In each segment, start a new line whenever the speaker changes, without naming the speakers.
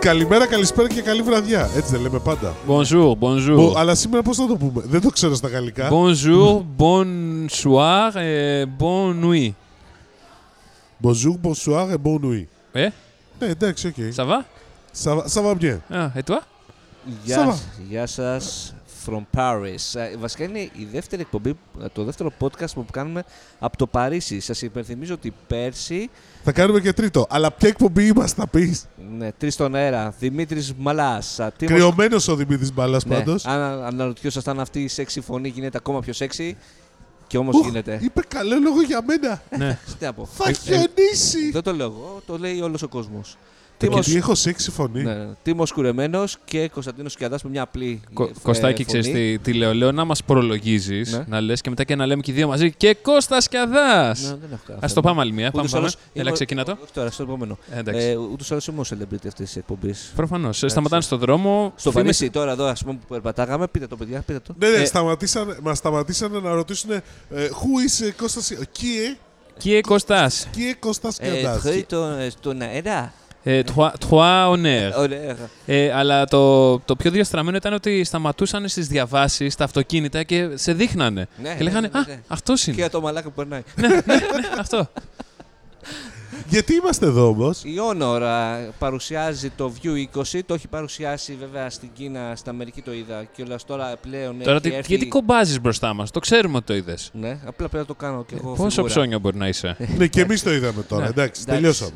Καλημέρα, καλησπέρα και καλή βραδιά. Έτσι δεν λέμε πάντα.
Bonjour,
Μπο-
bonjour.
αλλά σήμερα πώς θα το πούμε. Δεν το ξέρω στα γαλλικά.
Bonjour, bonsoir et bonne nuit.
Bonjour, bonsoir et bonne nuit.
Eh,
Ναι, εντάξει, οκ.
ça va
Ça va- ça va bien.
Ah, Et toi
Ça va.
Γεια, σ- γεια σας. From Paris. Ε, Βασικά είναι η δεύτερη εκπομπή, ε, το δεύτερο podcast που κάνουμε από το Παρίσι. Σας υπενθυμίζω ότι πέρσι,
Θα κάνουμε και τρίτο. Αλλά ποια εκπομπή είμαστε, θα πεις.
ναι, τρεις στον αέρα, Δημήτρης Μαλάς.
Κρυωμένος ο Δημήτρης Μπάλα
Ναι,
πάντως.
αν αν αναρωτιόσασταν αυτή η σεξι φωνή γίνεται ακόμα πιο σεξι. Και όμως
Ουχ,
γίνεται. Ε,
Είπε καλό λόγο για μένα.
Ναι.
Τι να πω.
Θα χιονίσει.
Δεν το λέω εγώ, το λέει όλος ο κόσμος.
Γιατί έχω σεξι φωνή.
Ναι, ναι. Τίμος Κουρεμένος και Κωνσταντίνος Κιαντάς με μια απλή
Κο-
ε, φ-
Κωστάκη,
ε,
ξέρει
φωνή.
τι, τι λέω. Λέω να μας προλογίζεις,
Ναι.
να λες και μετά και να λέμε και οι δύο μαζί. Και Κώστας Κιαδά!
Ναι, δεν έχω
Ας το πάμε άλλη μία. Πάμε,
Ούτως
πάμε.
άλλως
Έλα,
είμαι-
ξεκινά το.
Όχι τώρα, στο επόμενο.
Ε, εντάξει.
Ε, Ούτως ή άλλως είμαι ο celebrity αυτής της εκπομπής.
Προφανώς. Σταματάνε στον δρόμο.
Στο
φήμες-
Παρίσι τώρα εδώ, ας πούμε, που περπατάγαμε, πείτε το παιδιά, πείτε το.
Ναι, ναι,
Ε.
σταματήσαν, μας σταματήσαν να ρωτήσουν ε, «Who is ε, Κώστας, qui est,
Και Κωστάς.
qui est Κώστας
Ε,
Καντάς».
χωρίς το- ε, στον αέρα.
Ε, Trois honneur.
Ωραία.
Ε, αλλά το, το πιο διαστραμμένο ήταν ότι σταματούσαν στις διαβάσεις τα αυτοκίνητα και σε δείχνανε.
Ναι,
και λέγανε
ναι, ναι, ναι.
Α, αυτό Ναι. είναι.
Και το μαλάκα που περνάει.
αυτό.
Ναι,
Γιατί είμαστε εδώ όμως.
Η Honor α, παρουσιάζει το View 20, το έχει παρουσιάσει βέβαια στην Κίνα, στην Αμερική το είδα και όλα τώρα πλέον
Τώρα
έχει
τι,
έρθει...
γιατί κομπάζεις μπροστά μας, το ξέρουμε ότι το είδες.
Ναι, απλά πρέπει να Ε, το κάνω κι εγώ
Ε, Πόσο
φιγούρα.
ψώνιο μπορεί να είσαι.
ναι, και εμείς το είδαμε τώρα,
Ε, Ναι.
εντάξει,
Εντάξει,
τελειώσαμε.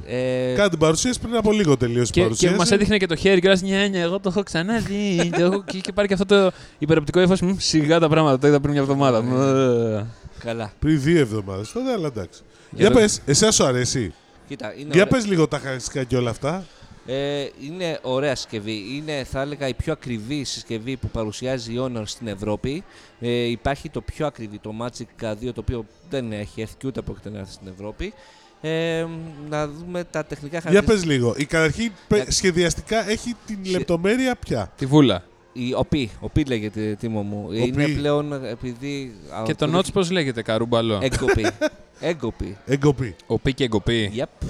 ε,
Κάτι παρουσίαση πριν από λίγο τελείωσε η
και και
παρουσίαση.
μας έδειχνε και το χέρι και Ναι, ναι, εγώ το έχω ξαναδεί. το έχω... και είχε πάρει και αυτό το υπεροπτικό έφο. Σιγά τα πράγματα, το είδα πριν μια εβδομάδα. Μ,
Ναι.
ε.
Καλά.
Πριν δύο εβδομάδες τότε, αλλά εντάξει. Για,
το-
πες, εσένα σου αρέσει.
Κοίτα, είναι
Για
ωραία-
πες λίγο τα χαριστικά και όλα αυτά.
Ε, είναι ωραία συσκευή. Είναι, θα έλεγα, η πιο ακριβή συσκευή που παρουσιάζει η Honor στην Ευρώπη. Ε, υπάρχει το πιο ακριβή, το Magic 2, το οποίο δεν έχει έρθει και ούτε πρόκειται να έρθει στην Ευρώπη. Ε, να δούμε τα τεχνικά
Για
χαρακτηριστικά.
πες λίγο. Η καταρχήν πε- σχεδιαστικά έχει την
Σχε-
λεπτομέρεια πια.
Τη βούλα.
Η, ο Πι, ο Πι λέγεται, Τίμω μου. είναι
Πι.
πλέον επειδή... α,
και το
το- Ε-
νότ πώς λέγεται, καρούμπαλο.
Έγκοπη. Έγκοπη.
Εγκοπή.
Οπί και εγκοπή.
Yep.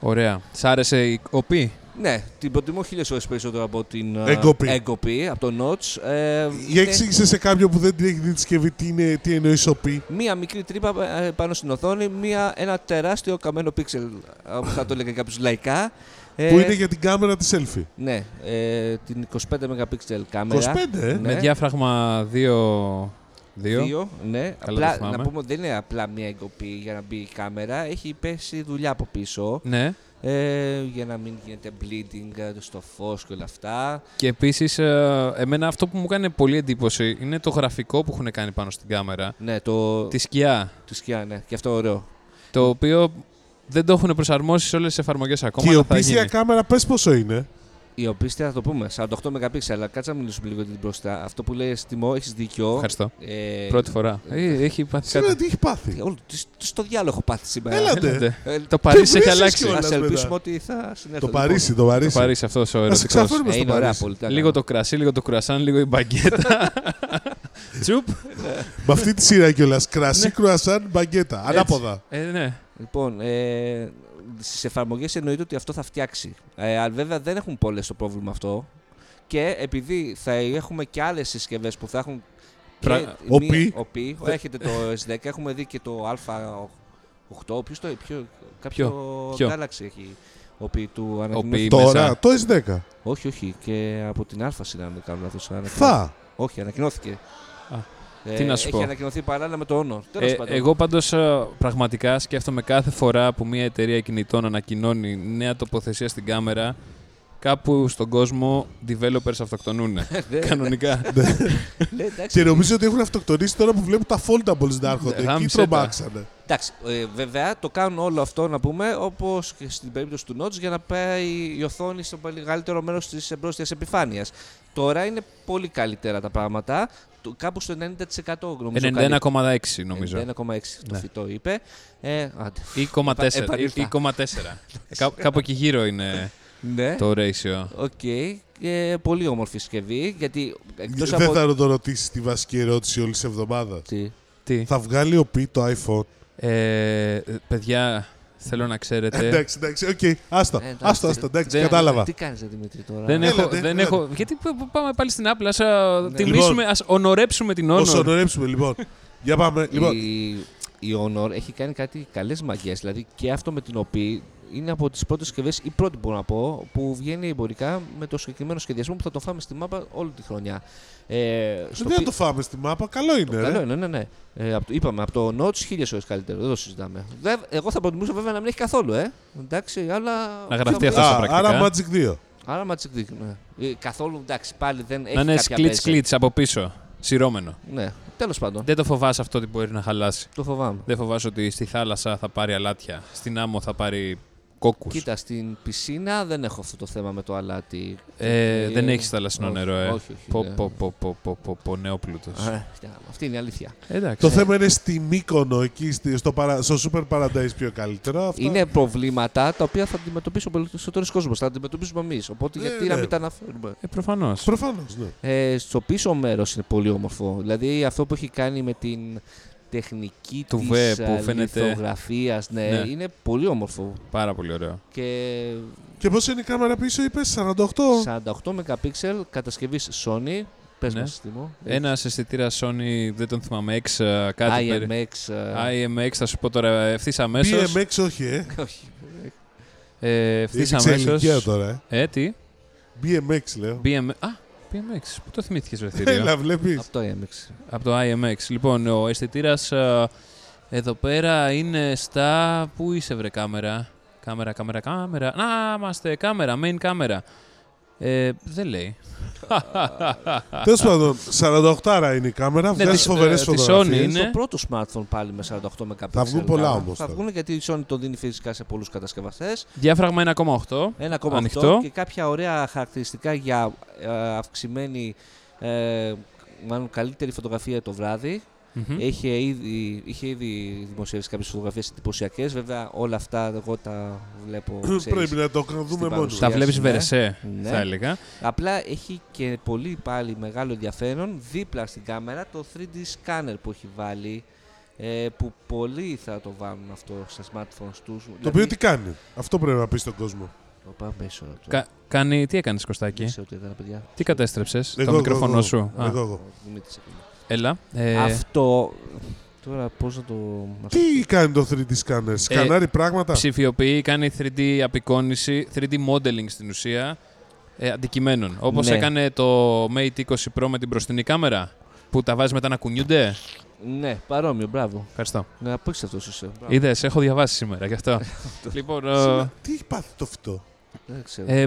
Ωραία. Σ' άρεσε η οπί.
Ναι, την προτιμώ χίλιες ώρες περισσότερο από την ε,
Έγκοπη.
Έγκοπη, από το Notch. Ε,
Για
είναι-
εξήγησες σε κάποιον που δεν την έχει δει τη συσκευή τι, είναι, τι εννοείς σοπή.
Μία μικρή τρύπα ε, πάνω στην οθόνη, μία, ένα τεράστιο καμένο πίξελ, αν θα το έλεγε κάποιος λαϊκά. Ε,
Που είναι για την κάμερα της selfie.
Ναι, ε, την 25 megapixel κάμερα.
25, ε.
Ναι.
Με διάφραγμα 2. 2.
Δύο, ναι.
Καλά το
απλά,
θυμάμαι.
να πούμε ότι δεν είναι απλά μία εγκοπή για να μπει η κάμερα. Έχει πέσει δουλειά από πίσω
Ναι.
ε, για να μην γίνεται bleeding ε, στο φως και όλα αυτά.
Και επίσης, εμένα αυτό που μου έκανε πολύ εντύπωση είναι το γραφικό που έχουν κάνει πάνω στην κάμερα.
Ναι, το.
Τη σκιά.
Τη σκιά, ναι. Και αυτό ωραίο.
Το οποίο δεν το έχουν προσαρμόσει σε όλες τις εφαρμογές ακόμα.
Και η
αλλά θα
οπίσια
γίνει.
κάμερα, πες πόσο είναι.
Η οποία θα το πούμε, 48 megapixel, αλλά κάτσε να μιλήσουμε λίγο για την μπροστά. Αυτό που λέει τιμό, έχεις δίκιο.
Ευχαριστώ.
Ε,
Πρώτη φορά. Ε, έχει πάθει
Σήμερα
κάτι.
τι έχει πάθει.
Όλο, τι- τι στο διάλογο έχω πάθει σήμερα.
Έλα,
Έλατε.
Έλατε.
Ε,
Το Παρίσι έχει
βρίσκεις
αλλάξει.
κιόλας.
Ας
όλα
ελπίσουμε
μετά.
ότι θα συνέλθω.
Το Παρίσι, το
Το
Παρίσι.
Παρίσι αυτό ο
Να σε
ερωτικό.
ξαφέρουμε
Ε,
στο
είναι ωραία
Παρίσι.
πολύ.
Λίγο το κρασί, λίγο το κουρασάν, λίγο η μπαγκέτα. Τσουπ.
Με αυτή τη σειρά κιόλας. Κρασί, κρουασάν, μπαγκέτα. Ανάποδα.
Ε, ναι.
Λοιπόν, ε, στις εφαρμογές εννοείται ότι αυτό θα φτιάξει. Ε, αλλά βέβαια δεν έχουν πολλές το πρόβλημα αυτό. Και επειδή θα έχουμε και άλλες συσκευές που θα έχουν. και
Πρα-
μία-
οπί.
οπί. Έχετε το S10, έχουμε δει και το Α8. Ποιος το ποιο, κάποιο
ποιο?
Galaxy έχει οπί του
Οπί.
αναγνωρισμού.
Τώρα,
μέσα.
το S10.
Όχι, όχι, και από την Α είναι αν δεν κάνω λάθος. ανακοινώθηκε.
Θα.
Όχι, ανακοινώθηκε.
Α,
Ε,
τι να σου
έχει
πω.
ανακοινωθεί παράλληλα με το Honor. Τέλος
Ε,
πάντων.
εγώ πάντως πραγματικά σκέφτομαι κάθε φορά που μια εταιρεία κινητών ανακοινώνει νέα τοποθεσία στην κάμερα, κάπου στον κόσμο developers αυτοκτονούν. Κανονικά.
Λέει, Ε, εντάξει,
Και νομίζω ότι έχουν αυτοκτονήσει τώρα που βλέπουν τα foldables να έρχονται. Εκεί
Γάμισε τα.
τρομάξανε.
εντάξει, ε, βέβαια το κάνουν όλο αυτό να πούμε όπως και στην περίπτωση του Notch για να πάει η οθόνη στο μεγαλύτερο μέρος της εμπρόστιας επιφάνειας. Τώρα είναι πολύ καλύτερα τα πράγματα. Το- Κάπου στο 90% νομίζω.
91,6 νομίζω.
91,6 το
Ναι.
φυτό είπε. Ε, άντε.
Ή 0,4.
Επανήλθα.
Ή 0,4. Κά- Κάπου εκεί γύρω είναι
Ναι.
το ratio.
Οκ. Ε, πολύ όμορφη συσκευή. Γιατί εκτός
Ε, Δεν
από.
θα το ρωτήσεις τη βασική ερώτηση όλης της εβδομάδας.
Τι.
Τι.
Θα βγάλει ο Πι το iPhone.
Ε, παιδιά, Θέλω να ξέρετε.
Εντάξει, εντάξει, οκ. Άστα,
Ε, εντάξει.
άστα, άστα, εντάξει,
Δεν-
κατάλαβα.
Τι κάνεις, Δημήτρη, τώρα. Ε,
Δεν έχω,
Έλατε,
δεν
έλατε.
έχω. Γιατί π- π- πάμε πάλι στην Apple, ας α, τιμήσουμε,
Λοιπόν.
ας ονορέψουμε την
Όσο
Honor.
ονορέψουμε, λοιπόν. Για πάμε. Λοιπόν,
Η, η Honor έχει κάνει κάτι καλές μαγιές. Δηλαδή και αυτό με την οποία είναι από τις πρώτες συσκευές, η πρώτη μπορώ να πω, που βγαίνει εμπορικά με το συγκεκριμένο σχεδιασμό που θα το φάμε στη μάπα όλη τη χρονιά. Ε, στο
δεν
πι-
το φάμε στη μάπα, καλό είναι. ρε.
Καλό είναι, ναι, ναι. Ε, απ' το- είπαμε, από το Notch χίλιες ώρες καλύτερο. Δεν το συζητάμε. Δε, εγώ θα προτιμούσα βέβαια να μην έχει καθόλου, ε. Εντάξει, αλλά.
Να γραφτεί
θα-
αυτό. στα
Α,
πρακτικά.
άρα Magic 2.
Άρα μα ναι. ε, Καθόλου εντάξει, πάλι δεν έχει.
Να είναι
κάποια
σκλίτ
basic.
σκλίτ από πίσω. Σειρώμενο.
Ναι, τέλος πάντων.
Δεν το φοβάσαι αυτό ότι μπορεί να χαλάσει.
Το φοβάμαι.
Δεν φοβάσαι ότι στη θάλασσα θα πάρει αλάτια. Στην άμμο θα πάρει κόκκους.
Κοίτα, στην πισίνα δεν έχω αυτό το θέμα με το αλάτι.
Ε,
Ε,
δεν έχεις θαλασσινό
όχι,
νερό, ε.
όχι, όχι,
Πω,
ναι.
πω, πω, πω, πω, πω, πω, νεόπλουτος.
Α, ε, Αυτή είναι η αλήθεια.
Εντάξει.
Το θέμα είναι στη Μύκονο, εκεί στη- στο, παρα- στο Super Paradise πιο καλύτερο. Αυτά...
Είναι προβλήματα τα οποία θα αντιμετωπίσουν ο περισσότερο κόσμο. Θα αντιμετωπίσουμε εμείς. Οπότε
Ναι,
γιατί
ναι.
να μην τα αναφέρουμε.
Ε, προφανώς.
Προφανώς, ναι.
Ε, στο πίσω μέρος είναι πολύ όμορφο. Δηλαδή αυτό που έχει κάνει με την τεχνική
Του
της
βε που
α,
φαίνεται-
λιθογραφίας, ναι,
Ναι.
είναι πολύ όμορφο.
Πάρα πολύ ωραίο.
Και
Και πώς είναι η κάμερα πίσω, είπες, 48.
48 MP κατασκευής Sony. Πες
Ναι.
μας Τίμω.
Ένας αισθητήρα Sony, δεν τον θυμάμαι, X, α, κάτι περί-
IMX. α,
IMX, θα σου πω τώρα ευθύς αμέσως.
BMX, όχι, ε.
όχι.
Ευθύ
Είσαι ηλικία
αμέσως.
τώρα, ε.
Ε, τι.
BMX, λέω.
BM... Α, BMX. Πού το θυμήθηκες, Βεθύριο.
Έλα, βλέπεις.
Από το IMX.
Από το IMX. Λοιπόν, ο αισθητήρας εδώ πέρα είναι στα. Πού είσαι, βρε κάμερα. Κάμερα, κάμερα, κάμερα. Να είμαστε, κάμερα, main κάμερα. Ε, δεν λέει.
Τέλος πάντων, 48 είναι η κάμερα,
Ναι,
βγάζει
της-
φοβερές
ε, της
φωτογραφίες.
Sony.
Είναι
Είναι.
το πρώτο smartphone πάλι με 48 MP.
Θα βγουν πολλά όμως
Θα
τώρα.
βγουν γιατί η Sony το δίνει φυσικά σε πολλούς κατασκευαστές.
Διάφραγμα 1,8.
1,8
Ανοιχτό.
και κάποια ωραία χαρακτηριστικά για ε, αυξημένη, ε, μάλλον καλύτερη φωτογραφία το βράδυ.
Μμμ.
Είχε ήδη, είχε ήδη δημοσιεύσει κάποιες φωτογραφίες εντυπωσιακές. Βέβαια, όλα αυτά εγώ τα βλέπω. ξέρεις,
Πρέπει να το δούμε
στην
μόνος.
παρουσία.
Τα βλέπεις
ναι.
βερεσέ,
Ναι.
θα έλεγα.
Απλά έχει και πολύ πάλι μεγάλο ενδιαφέρον δίπλα στην κάμερα το 3D scanner που έχει βάλει ε, που πολλοί θα το βάλουν αυτό στα smartphones τους. Δηλαδή-
Το οποίο τι κάνει. Αυτό πρέπει να πει στον κόσμο.
Πάμε πίσω να το
Κα- κάνει... Τι έκανες, Κωστάκη.
σε ό,τι έκανα, παιδιά.
Τι κατέστρεψες,
Εγώ,
το
εγώ,
μικρόφωνο
εγώ.
σου. Α,
Εγώ, εγώ.
Ο Δημήτρης έκανε.
Έλα. Ε,
Αυτό. Τώρα πώς να το.
Τι κάνει το 3D
Ε,
scanner, σκανάρει πράγματα.
ψηφιοποιεί, κάνει 3D απεικόνηση, 3D modeling στην ουσία ε, αντικειμένων. Όπως
Ναι.
έκανε το Mate 20 Pro με την μπροστινή κάμερα. Που τα βάζει μετά να κουνιούνται.
Ναι, παρόμοιο, μπράβο.
Ευχαριστώ.
Να πω αυτό είσαι. Μπράβο.
Είδες, έχω διαβάσει σήμερα γι' αυτό. λοιπόν, ε,
Σήμερα, Τι έχει πάθει το φυτό.
Δεν ξέρω.
ε,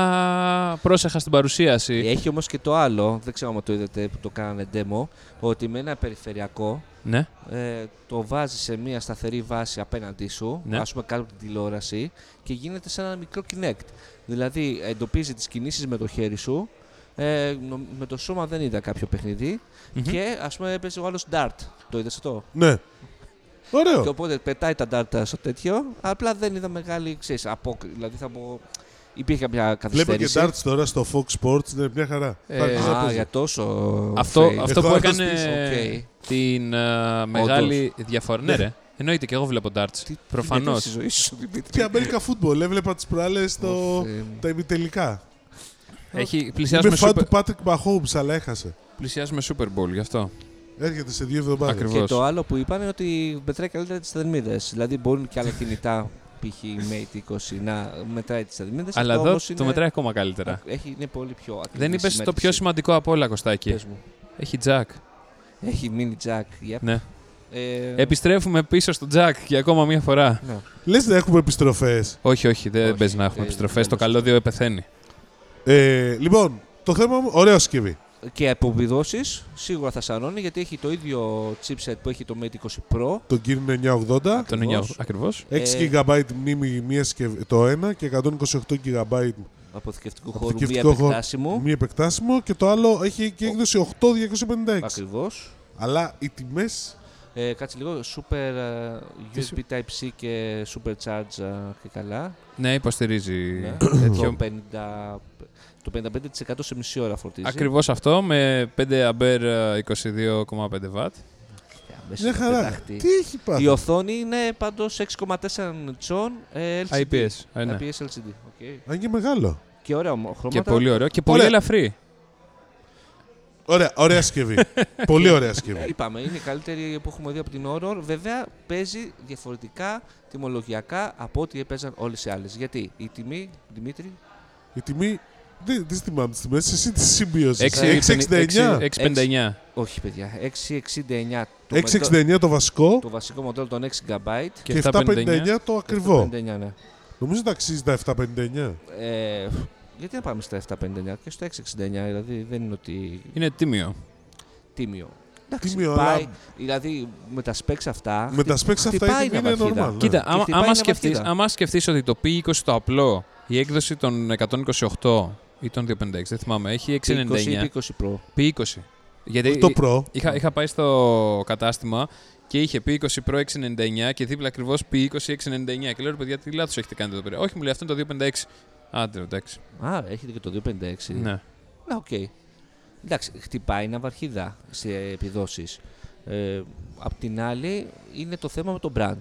παιδιά, πρόσεχα στην παρουσίαση.
Έχει όμως και το άλλο, δεν ξέρω αν το είδατε που το κάνανε demo, ότι με ένα περιφερειακό
ναι.
ε, το βάζεις σε μια σταθερή βάση απέναντί σου,
Ναι.
ας πούμε κάτω από την τηλεόραση και γίνεται σαν ένα μικρό Kinect. Δηλαδή εντοπίζει τις κινήσεις με το χέρι σου, ε, νο- με το σώμα δεν είδα κάποιο παιχνίδι
Μμμ.
και ας πούμε παίζει ο άλλος dart, το είδες αυτό.
Ναι.
Και
Ωραίο.
οπότε πετάει τα dart στο τέτοιο, απλά δεν είδα μεγάλη, ξέρεις, απόκριση, δηλαδή θα πω... Υπήρχε κάποια καθυστέρηση.
Βλέπω και darts τώρα στο Fox Sports, είναι μια χαρά.
Ε,
Θα αρχίσει να
Α,
παίζει. Ε,
για τόσο.
Αυτό,
fake.
αυτό
Εδώ θα
που
το
έκανε
στήσω,
την ε, μεγάλη διαφορά. Ναι, ρε. Εννοείται και εγώ βλέπω darts.
Τι-
Προφανώς.
Τι γίνεται στη ζωή σου, Δημήτρη.
Και America Football, έβλεπα τις προάλλες το...
Ωφ, ε,
τα ημιτελικά.
Έχει
Είμαι
πλησιάζουμε
φαν
super,
του Patrick Mahomes, αλλά έχασε.
πλησιάζουμε super Bowl, γι' αυτό.
Έρχεται σε δύο εβδομάδες.
Ακριβώς.
Και το άλλο που είπαν είναι ότι μετράει καλύτερα τις θερμίδες. Δηλαδή μπορούν και άλλα κινητά, π.χ. η Mate 20, να μετράει τις θερμίδες.
Αλλά εδώ το μετράει ακόμα καλύτερα.
Έχει, είναι πολύ πιο ακριβή.
Δεν είπες το
συμμέτρηση.
πιο σημαντικό από όλα, Κωστάκη.
Πες μου. Ε.
Έχει τζακ.
Έχει mini jack. Yep.
Ναι.
Ε,
Επιστρέφουμε πίσω στο τζακ για ακόμα μία φορά.
ναι.
Λες να έχουμε επιστροφές.
Όχι, όχι, δεν
Όχι,
παίζει να έχουμε
δεν-
επιστροφές.
δεν
Το καλώδιο πεθαίνει.
Ε, λοιπόν, το θέμα μου, ωραίο σκευή.
Και αποβιδώσει σίγουρα θα σανώνει γιατί έχει το ίδιο chipset που έχει το Mate 20 Pro.
Το Gear είναι 980.
Το 9
Ακριβώς.
ακριβώς.
6
Ε,
GB μνήμη μίας σκευ- το ένα και 128 GB
Αποθηκευτικού χώρου, μη
αποθηκευτικό χώρο
επεκτάσιμο.
μη επεκτάσιμο και το άλλο έχει και έκδοση 8256.
Ακριβώς.
Αλλά οι τιμές
Ε, κάτσε λίγο. Super ε,
Τι
USB Type-C και Super Charge ε, και καλά.
Ναι, υποστηρίζει
Ναι.
τέτοιο.
Το 50 το 55% σε μισή ώρα φορτίζει.
ε, Ακριβώς αυτό με 5 αμπέρ 22,5 watt.
Μια
Γαμές, είναι
χαρά.
πεταχτή.
Τι έχει
Η
πάθει.
οθόνη είναι πάντως 6,4 τσών ε, LCD.
IPS. ε, ναι.
IPS LCD. οκ.
Αν και μεγάλο.
Και ωραία μο- χρώματα.
Και πολύ ωραίο. Και πολύ
Ωραία.
ελαφρύ.
Ωραία, ωραία σκευή. Πολύ ωραία σκευή.
Ε, Είπαμε, είναι η καλύτερη που έχουμε δει από την Horror. Βέβαια, παίζει διαφορετικά τιμολογιακά από ό,τι έπαιζαν όλες οι άλλες. Γιατί η τιμή, Δημήτρη,
Η τιμή. Δεν δεν θυμάμαι τι τιμέ, εσύ τι σημείωσε. 6,69.
6,59.
όχι παιδιά, 6,69 το, μοντέλο-
6,69 το βασικό
το βασικό μοντέλο των 6 GB.
και 7,59 το ακριβό.
7,59, ναι.
Νομίζω ότι αξίζει τα 7,59.
Ε, γιατί να πάμε στα 7,59 και στο 6,69, δηλαδή δεν είναι ότι
Είναι τίμιο.
τίμιο.
Τίμιο,
πάει,
αλλά-
δηλαδή με τα specs αυτά.
Με τα specs αυτά
χτυπάει
η τιμή
μια
είναι
βαθύδα.
normal. ναι.
Κοίτα, άμα,
χτυπάει μια
άμα, σκεφτείς,
βαθύδα.
άμα σκεφτείς ότι το P20 το απλό, η έκδοση των 128 ή των 256, δεν θυμάμαι, έχει 6,99.
20 20 Pro.
P20.
Όχι
Ε,
Γιατί
Το Pro.
είχα, είχα πάει στο κατάστημα και είχε P20 Pro 699 και δίπλα ακριβώς P20 699. Και λέω ρε παιδιά, τι λάθος έχετε κάνει εδώ πέρα. Όχι, μου λέει αυτό είναι το 256. Άντε, εντάξει.
Α, έχετε και το 256.
Ναι.
Να, οκ. Εντάξει, χτυπάει ναυαρχίδα σε επιδόσεις. Ε, απ' την άλλη, είναι το θέμα με το brand.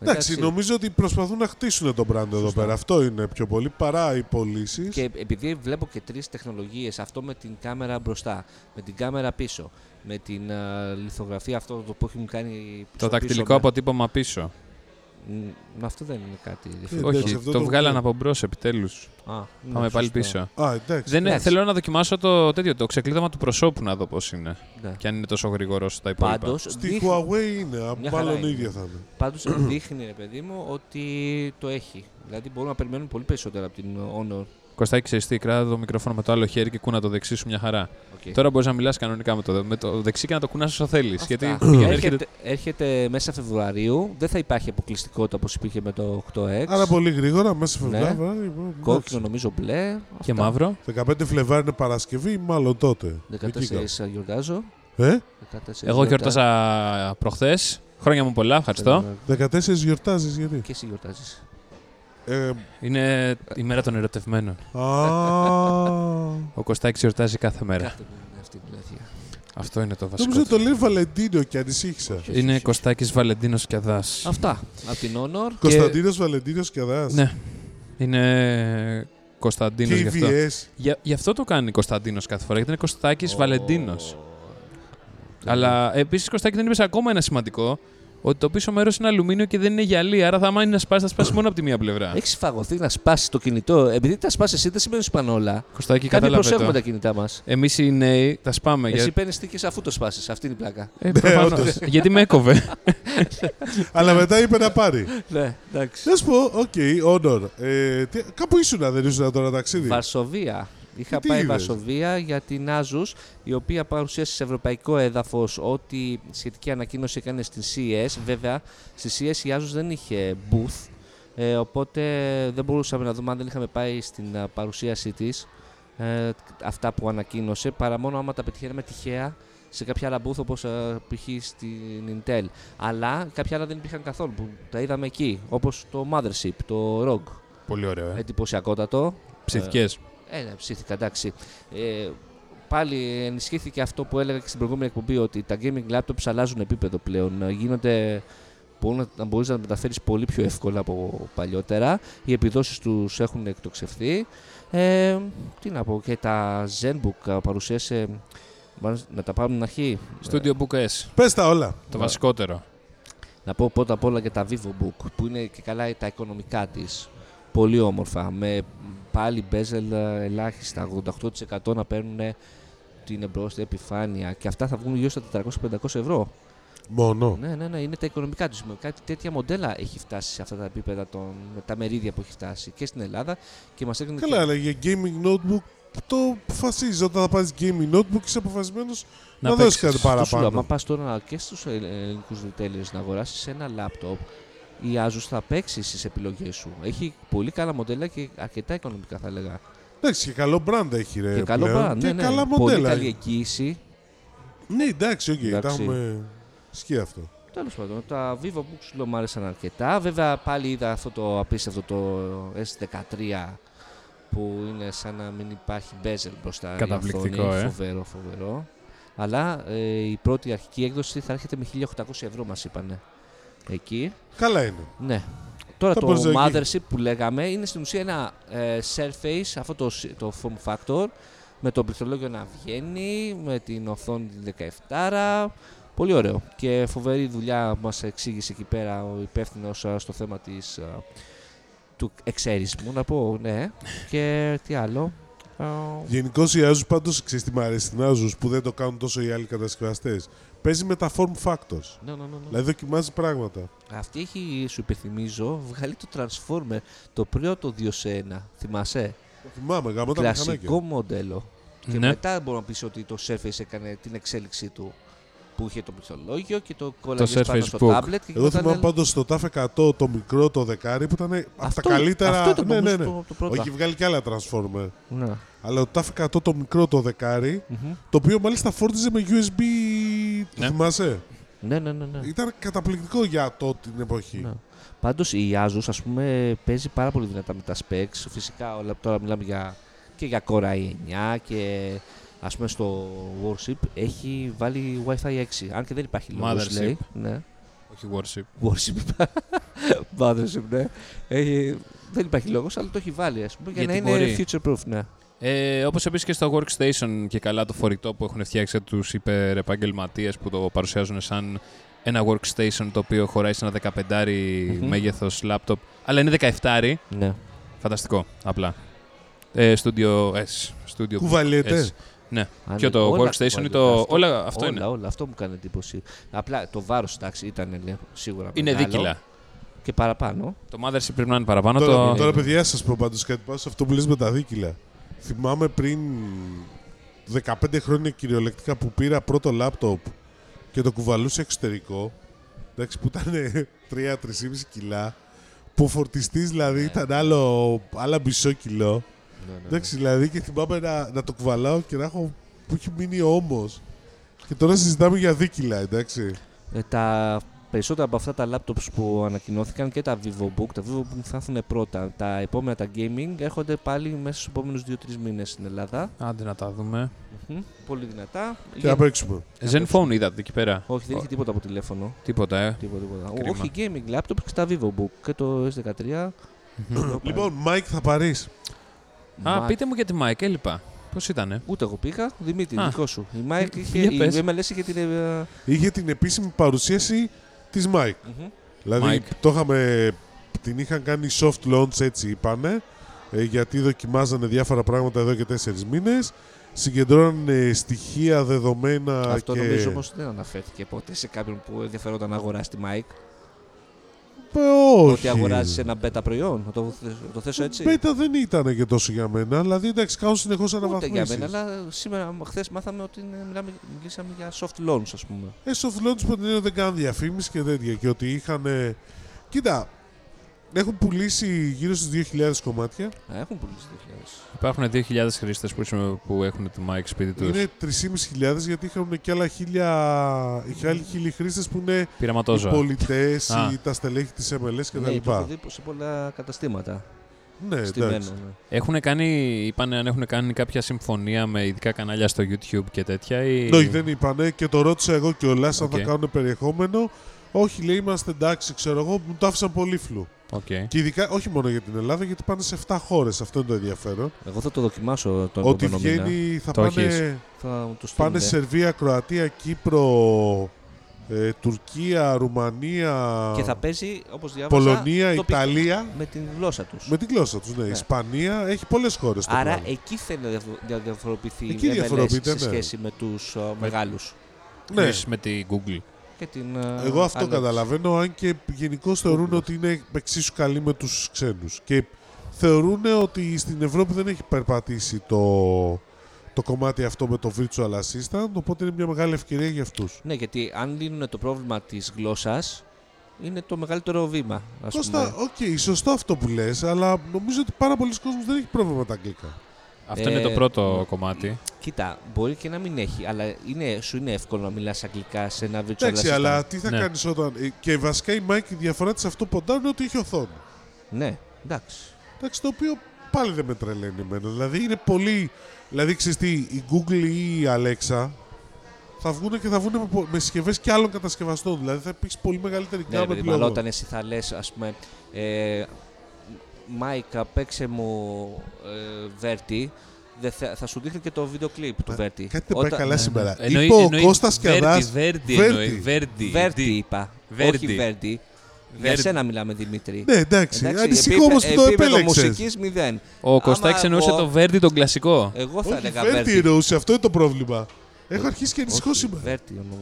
Εντάξει, νομίζω ότι προσπαθούν να χτίσουν τον brand εδώ
Σωστά.
πέρα. Αυτό είναι πιο πολύ παρά οι πωλήσεις.
Και επειδή βλέπω και τρεις τεχνολογίες, αυτό με την κάμερα μπροστά, με την κάμερα πίσω, με την α, λιθογραφία αυτό το που έχουν κάνει πίσω,
Το
πίσω,
δακτυλικό
με-
αποτύπωμα πίσω.
Μ, αυτό δεν είναι κάτι διαφορετικό.
Ε, εντάξει,
Όχι,
αυτό
το
το-
βγάλαν από μπρος επιτέλους.
Α, ναι,
Πάμε πάλι
σωστό.
πίσω.
Α, εντάξει.
Δεν,
Εντάξει.
θέλω να δοκιμάσω το τέτοιο, το ξεκλείδωμα του προσώπου να δω πώς είναι.
Ναι.
Και αν είναι τόσο γρήγορος στα υπόλοιπα.
Πάντως,
Στη
δείχνει,
Huawei είναι,
Μια χαρά
μάλλον
είναι.
ίδια θα είναι.
πάντως δείχνει, ρε παιδί μου, ότι το έχει. Δηλαδή μπορούμε να περιμένουμε πολύ περισσότερα από την Honor.
Κωστάκι, ξέρεις τι, κράτα το μικρόφωνο με το άλλο χέρι και κούνα το δεξί σου μια χαρά.
Οκ.
Τώρα μπορείς να μιλάς κανονικά με το, με το δεξί και να το κουνάς όσο θέλεις.
Ε. Αυτά.
Γιατί πηγαίνει, έρχεται.
έρχεται... έρχεται μέσα Φεβρουαρίου, δεν θα υπάρχει αποκλειστικότητα όπως υπήρχε με το 8X.
Άρα πολύ γρήγορα, μέσα
Ναι.
Φεβρουάριο.
Κόκκινο νομίζω μπλε.
Και
Αυτά.
μαύρο.
15 Φλεβάρι είναι Παρασκευή, μάλλον τότε.
14 γιορτάζω.
Εκεί κάπου. Ε,
14
Εγώ γιόρτασα προχθέ. Ε, Χρόνια μου πολλά, ευχαριστώ.
Ε? 14 γιορτάζεις γιατί.
Και εσύ γιορτάζεις.
Ε,
Είναι η μέρα των ερωτευμένων.
α,
Ο Κωστάκης γιορτάζει κάθε μέρα.
Κάθε μέρα είναι αυτή η αλήθεια.
Αυτό είναι το βασικό.
Νομίζω το λέει Βαλεντίνο και ανησύχησα.
Όχι, όχι,
Είναι
όχι.
Κωστάκης Βαλεντίνος Κιαδά.
Αυτά. Από την Honor.
Κωνσταντίνος Βαλεντίνος και Αδάς.
Ναι. Είναι Κωνσταντίνος γι' αυτό.
KVS.
Για- γι' αυτό το κάνει Κωνσταντίνος κάθε φορά, γιατί είναι Κωστάκης
Ο-
Βαλεντίνος.
Τέλειο.
Αλλά επίσης, Κωστάκη, δεν είπες ακόμα ένα σημαντικό. Ότι το πίσω μέρος είναι αλουμίνιο και δεν είναι γυαλί. Άρα, θα μάθει να σπάσει, θα σπάσεις μόνο από τη μία πλευρά.
Έχεις φαγωθεί να σπάσεις το κινητό. Επειδή τα σπάσει εσύ, δεν σημαίνει ότι σπάνε όλα.
Κωστάκη,
Κάτι
κατάλαβε
προσέχουμε
το.
τα κινητά μας.
Εμείς οι νέοι τα σπάμε.
Εσύ
Για...
παίρνεις τίκες αφού το σπάσεις. Αυτή είναι η πλάκα.
Ε, προφανώς.
Ναι, όντως. Ναι.
γιατί με έκοβε.
Αλλά μετά είπε να πάρει.
ναι, εντάξει.
Να σου πω, οκ, honor. Ε, τι- κάπου ήσουν, δεν ήσουν τώρα ταξίδι.
Βαρσοβία. Είχα
Τι
πάει
είδες?
Βαρσοβία για την Άζους, η οποία παρουσίασε σε ευρωπαϊκό έδαφος ό,τι σχετική ανακοίνωση έκανε στην CES. Βέβαια, στη CES η Άζους δεν είχε booth, ε, οπότε δεν μπορούσαμε να δούμε αν δεν είχαμε πάει στην α, παρουσίασή της ε, αυτά που ανακοίνωσε, παρά μόνο άμα τα πετυχαίναμε τυχαία σε κάποια άλλα booth όπως α, π.χ. στην Intel. Αλλά κάποια άλλα δεν υπήρχαν καθόλου, που τα είδαμε εκεί, όπως το Mothership, το ROG.
Πολύ ωραίο, ε.
Εντυπωσιακότατο,
Ψηθικέ.
ε, ναι, ψήθηκα, εντάξει. Ε, πάλι ενισχύθηκε αυτό που έλεγα και στην προηγούμενη εκπομπή ότι τα gaming laptops αλλάζουν επίπεδο πλέον. Ε, Γίνονται μπορούν να- να μπορείς να μεταφέρεις πολύ πιο εύκολα από παλιότερα. Οι επιδόσεις τους έχουν εκτοξευθεί. Ε, τι να πω, και τα ZenBook α, παρουσίασε... μάλλον Να τα πάμε στην αρχή.
Ναι.
Studio Book S.
Πες τα όλα.
Το βασικότερο.
Να πω πρώτα απ' όλα για τα VivoBook που είναι και καλά τα οικονομικά της. Πολύ όμορφα. Με πάλι bezel ε, ελάχιστα, 88% να παίρνουν την εμπρόσθετη επιφάνεια και αυτά θα βγουν γύρω στα 400-500 ευρώ.
Μόνο.
Ναι, ναι, ναι, είναι τα οικονομικά τους. Με κάτι τέτοια μοντέλα έχει φτάσει σε αυτά τα επίπεδα, των, με τα μερίδια που έχει φτάσει και στην Ελλάδα και μας έκανε.
Καλά, αλλά για gaming notebook το αποφασίζεις. Όταν θα πάρεις gaming notebook, είσαι αποφασισμένο να,
Να
δώσεις
παίξεις.
κάτι παραπάνω.
Αν πας τώρα και στους ελληνικούς retailers να αγοράσεις ένα λάπτοπ, η Asus θα παίξει στις επιλογές σου. Έχει πολύ καλά μοντέλα και αρκετά οικονομικά, θα έλεγα.
Εντάξει, και καλό brand έχει ρε.
και καλό
Ε, πλέον.
brand,
Και
ναι, ναι.
καλά
Πολύ
μοντέλα.
καλή εγγύηση.
Ναι, εντάξει, οκ, τα
Εντάξει.
έχουμε σκεί αυτό.
Τέλος πάντων, τα Vivo Books λέω μου άρεσαν αρκετά. Βέβαια, πάλι είδα αυτό το απίστευτο το S13 που είναι σαν να μην υπάρχει bezel μπροστά. η
Καταπληκτικό,
οθόνη.
ε.
Φοβερό, φοβερό. Αλλά ε, η πρώτη αρχική έκδοση θα έρχεται με 1800 ευρώ, μας είπανε. Εκεί.
Καλά είναι.
Ναι. Τώρα
Τα
το
προσδοκεί.
Mothership που λέγαμε είναι στην ουσία ένα ε, surface, αυτό το, σ- το form factor, με το πληκτρολόγιο να βγαίνει, με την οθόνη την 17. Πολύ ωραίο. Και φοβερή δουλειά που μας εξήγησε εκεί πέρα ο υπεύθυνος στο θέμα της, ε, του εξαίρισμου, να πω, ναι. Και τι άλλο. Ε,
Γενικώς οι Asus πάντως ξέρεις τι μου αρέσει στην Asus που δεν το κάνουν τόσο οι άλλοι κατασκευαστές. Παίζει με τα form factors.
ναι, ναι, ναι, ναι.
Δηλαδή δοκιμάζει πράγματα.
Αυτή έχει, σου υπενθυμίζω, βγάλει το Transformer, το πρώτο 2 σε 1, θυμάσαι.
Το Θυμάμαι, γάμο τα μηχανάκια.
Κλασικό μοντέλο. Και
Ναι.
μετά μπορώ να πεις ότι το Surface έκανε την εξέλιξή του που είχε το πληκτρολόγιο και το κόλλαγες πάνω
Surface
στο
Book.
τάμπλετ. Και
Εγώ
γινόταν-
θυμάμαι πάντως το TAF 100 το μικρό το δεκάρι που ήταν από τα
Αυτό-
καλύτερα.
Αυτό ήταν
ναι, ναι, ναι.
Το, το πρώτο.
Όχι, βγάλει και άλλα Transformer.
Ναι.
Αλλά το TAF 100 το μικρό το δεκάρι,
Μμμ.
το οποίο μάλιστα φόρτιζε με USB.
Ναι.
Το θυμάσαι.
ναι, ναι, ναι, ναι.
Ήταν καταπληκτικό για τότε την εποχή.
Ναι. Πάντως η Asus ας πούμε παίζει πάρα πολύ δυνατά με τα specs. Φυσικά όλα τώρα μιλάμε για, και για Core i9 και ας πούμε στο Warship έχει βάλει Wi-Fi 6. Αν και δεν υπάρχει λόγος
Mothership.
λέει. Ναι.
Όχι worship.
Worship. Mothership, ναι. Ε, δεν υπάρχει λόγος αλλά το έχει βάλει ας πούμε για
Γιατί
να είναι
μπορεί.
future proof. Ναι.
Ε, Όπως επίσης και στο workstation και καλά το φορητό που έχουν φτιάξει τους υπερεπαγγελματίες που το παρουσιάζουν σαν ένα workstation το οποίο χωράει σε ένα 15
Μμμ.
μέγεθος λάπτοπ. Αλλά είναι 17
ναι.
Φανταστικό, απλά. Ε, Studio S. Studio
Κουβαλιέται.
S.
Αν
Ποιο,
είναι
το
όλα
workstation ή
κουβαλιούνται,
το.
αυτό-
Όλα, αυτό
όλα,
είναι.
όλα, αυτό μου κάνει εντύπωση. Απλά το βάρος εντάξει ήταν λέω, σίγουρα
Είναι
μεγάλο
δίκυλα.
Και παραπάνω.
Το mothership πρέπει να είναι παραπάνω.
Τώρα,
το...
τώρα, παιδιά, σας πω πάντως κάτι πάνω σε αυτό που λες με τα δίκυλα. Θυμάμαι πριν 15 χρόνια κυριολεκτικά που πήρα πρώτο λάπτοπ και το κουβαλούσα εξωτερικό. Εντάξει, που ήταν 3-3,5 κιλά. Που φορτιστής δηλαδή ήταν άλλο, άλλα μισό κιλό. Εντάξει, δηλαδή και θυμάμαι να, να το κουβαλάω και να έχω. που έχει μείνει όμω. Και τώρα συζητάμε για δίκυλα, εντάξει.
Ε, τα περισσότερα από αυτά τα laptops που ανακοινώθηκαν και τα VivoBook, τα VivoBook θα έρθουν πρώτα. Τα επόμενα τα gaming έρχονται πάλι μέσα στους επόμενους 2-3 μήνες στην Ελλάδα.
Άντε να τα δούμε.
Μμμ, Πολύ δυνατά.
Και να παίξουμε.
Zenfone είδατε εκεί πέρα.
Όχι, δεν
Ο-
είχε τίποτα από τηλέφωνο.
Τίποτα, ε.
Τίποτα, τίποτα.
Κρίμα.
Όχι gaming laptops και τα VivoBook και το S13.
Λοιπόν, Μάικ, θα πάρεις.
Α,
Mac.
πείτε μου για τη Mike, έλειπα. Πώς ήτανε.
Ούτε εγώ πήγα. Δημήτρη,
Α.
δικό σου. Η Mike είχε,
Για
η
πες.
MLS είχε την... ε, ε,
Είχε την επίσημη παρουσίαση της Μάικ.
μμμ.
Δηλαδή
Mike.
το είχαμε, την είχαν κάνει soft launch έτσι είπανε ε, γιατί δοκιμάζανε διάφορα πράγματα εδώ και τέσσερις μήνες συγκεντρώνανε στοιχεία, δεδομένα
Αυτό
και...
νομίζω όμως δεν αναφέρθηκε ποτέ σε κάποιον που ενδιαφερόταν να αγοράσει τη Mike.
Ε, όχι.
Ότι αγοράζεις ένα beta προϊόν. Να το, το θέσω έτσι.
Beta δεν ήταν και τόσο για μένα, δηλαδή εντάξει κάνουν συνεχώς
Ούτε για
αναβαθμίσεις.
μένα, αλλά σήμερα, χθες μάθαμε ότι είναι- μιλάμε, μιλήσαμε για soft launch, ας πούμε.
Ε, soft launch που δεν κάνουν διαφήμιση και τέτοια και ότι είχαν... Κοίτα, έχουν πουλήσει γύρω στις 2.000 κομμάτια.
Α, Ε, έχουν πουλήσει 2.000.
Υπάρχουν 2.000 χρήστες που, που έχουν τη Mike σπίτι τους.
Είναι 3.500 γιατί είχαν και άλλα χίλια, είχε άλλοι χίλιοι χρήστες που είναι
Πειραματόζωα.
Οι πολιτές,
Α.
τα στελέχη της MLS κτλ.
Ναι, το έχω
Ναι,
δει σε πολλά καταστήματα.
ναι
στημένο,
εντάξει.
ναι.
Έχουν κάνει, είπανε αν έχουν κάνει κάποια συμφωνία με ειδικά κανάλια στο YouTube και τέτοια. Ή...
Ναι, δεν είπανε και το ρώτησα εγώ κιόλας αν θα
Οκ.
κάνουν περιεχόμενο. Όχι, λέει, είμαστε εντάξει, ξέρω εγώ, μου το άφησαν πολύ φλου.
Οκ.
Και ειδικά, όχι μόνο για την Ελλάδα, γιατί πάνε σε 7 χώρες. Αυτό είναι το ενδιαφέρον.
Εγώ θα το δοκιμάσω τον
Ότι
επόμενο μήνα.
βγαίνει, θα
Το
πάνε,
έχεις.
Θα μου το στείλουν.
πάνε Σερβία, Κροατία, Κύπρο, ε, Τουρκία, Ρουμανία,
Και θα παίζει, όπως διάβασα,
Πολωνία,
το
Ιταλία.
πι- με την γλώσσα τους.
Με την γλώσσα τους, ναι.
Ναι.
Ισπανία έχει πολλές χώρες.
Άρα εκεί θέλει να διαφο- να διαφοροποιηθεί
Εκεί
η MLS
διαφοροποιείται,
σε
ναι.
σχέση με τους μεγάλου. ε,
ναι.
Ίσως Με τη Google.
Και την, ε,
Εγώ αυτό
άλλη-
καταλαβαίνω, αν και γενικώ θεωρούν
Ούμπλος.
ότι είναι εξίσου καλή με τους ξένους. Και θεωρούν ότι στην Ευρώπη δεν έχει περπατήσει το, το κομμάτι αυτό με το Virtual Assistant, οπότε είναι μια μεγάλη ευκαιρία για αυτούς.
Ναι, γιατί αν λύνουν το πρόβλημα της γλώσσας, είναι το μεγαλύτερο βήμα. Ας πούμε.
Κώστα, οκ, σωστό αυτό που λες, αλλά νομίζω ότι πάρα πολλοί κόσμος δεν έχει πρόβλημα με τα αγγλικά.
Αυτό
Ε,
είναι το πρώτο κομμάτι.
Κοίτα, μπορεί και να μην έχει, αλλά είναι, σου είναι εύκολο να μιλάς αγγλικά σε ένα virtual
Εντάξει,
assistant.
αλλά τι θα
Ναι.
κάνεις όταν... ε, Και βασικά η Mike η διαφορά της αυτό που ποντάρει είναι ότι έχει οθόνη.
Ναι, εντάξει.
Εντάξει, το οποίο πάλι δεν με τρελαίνει εμένα. Δηλαδή είναι πολύ. Δηλαδή ξέρεις τι, η Google ή η Alexa θα βγουν και θα βγουν με, πο- με συσκευές και άλλων κατασκευαστών. Δηλαδή θα υπήρξει πολύ μεγαλύτερη
Ναι,
κάμερα
ρε, παιδί, μου, αλλά όταν εσύ θα λες, ας πούμε, ε, Μάικα, παίξε μου ε, Βέρτι, δεν θα, θα σου δείχνει και το βίντεο κλιπ του Βέρτι.
Κάτι δεν πάει
ναι,
καλά σήμερα.
Εννοεί-
Είπε ο
εννοεί
Κώστας Ναι,
Verdi,
Καδάς-
Verdi
Verdi.
εννοεί, Verdi.
Βέρτι είπα.
Verdi.
Όχι Βέρτι. Για
Verdi.
σένα μιλάμε, Δημήτρη.
Ναι, εντάξει.
Εντάξει,
Ανησυχώ
επίπε-
όμω που το
επίπεδο
επέλεξες.
μουσικής μηδέν.
Ο
Άμα
Κωστάκης εννοούσε
εγώ-
το Verdi τον κλασικό.
Εγώ θα
Όχι,
έλεγα
Βέρτι
Βέρτι.
εννοούσε, αυτό είναι το πρόβλημα. Έχω αρχίσει και ανησυχώ σήμερα.
Βέρτι εννοώ.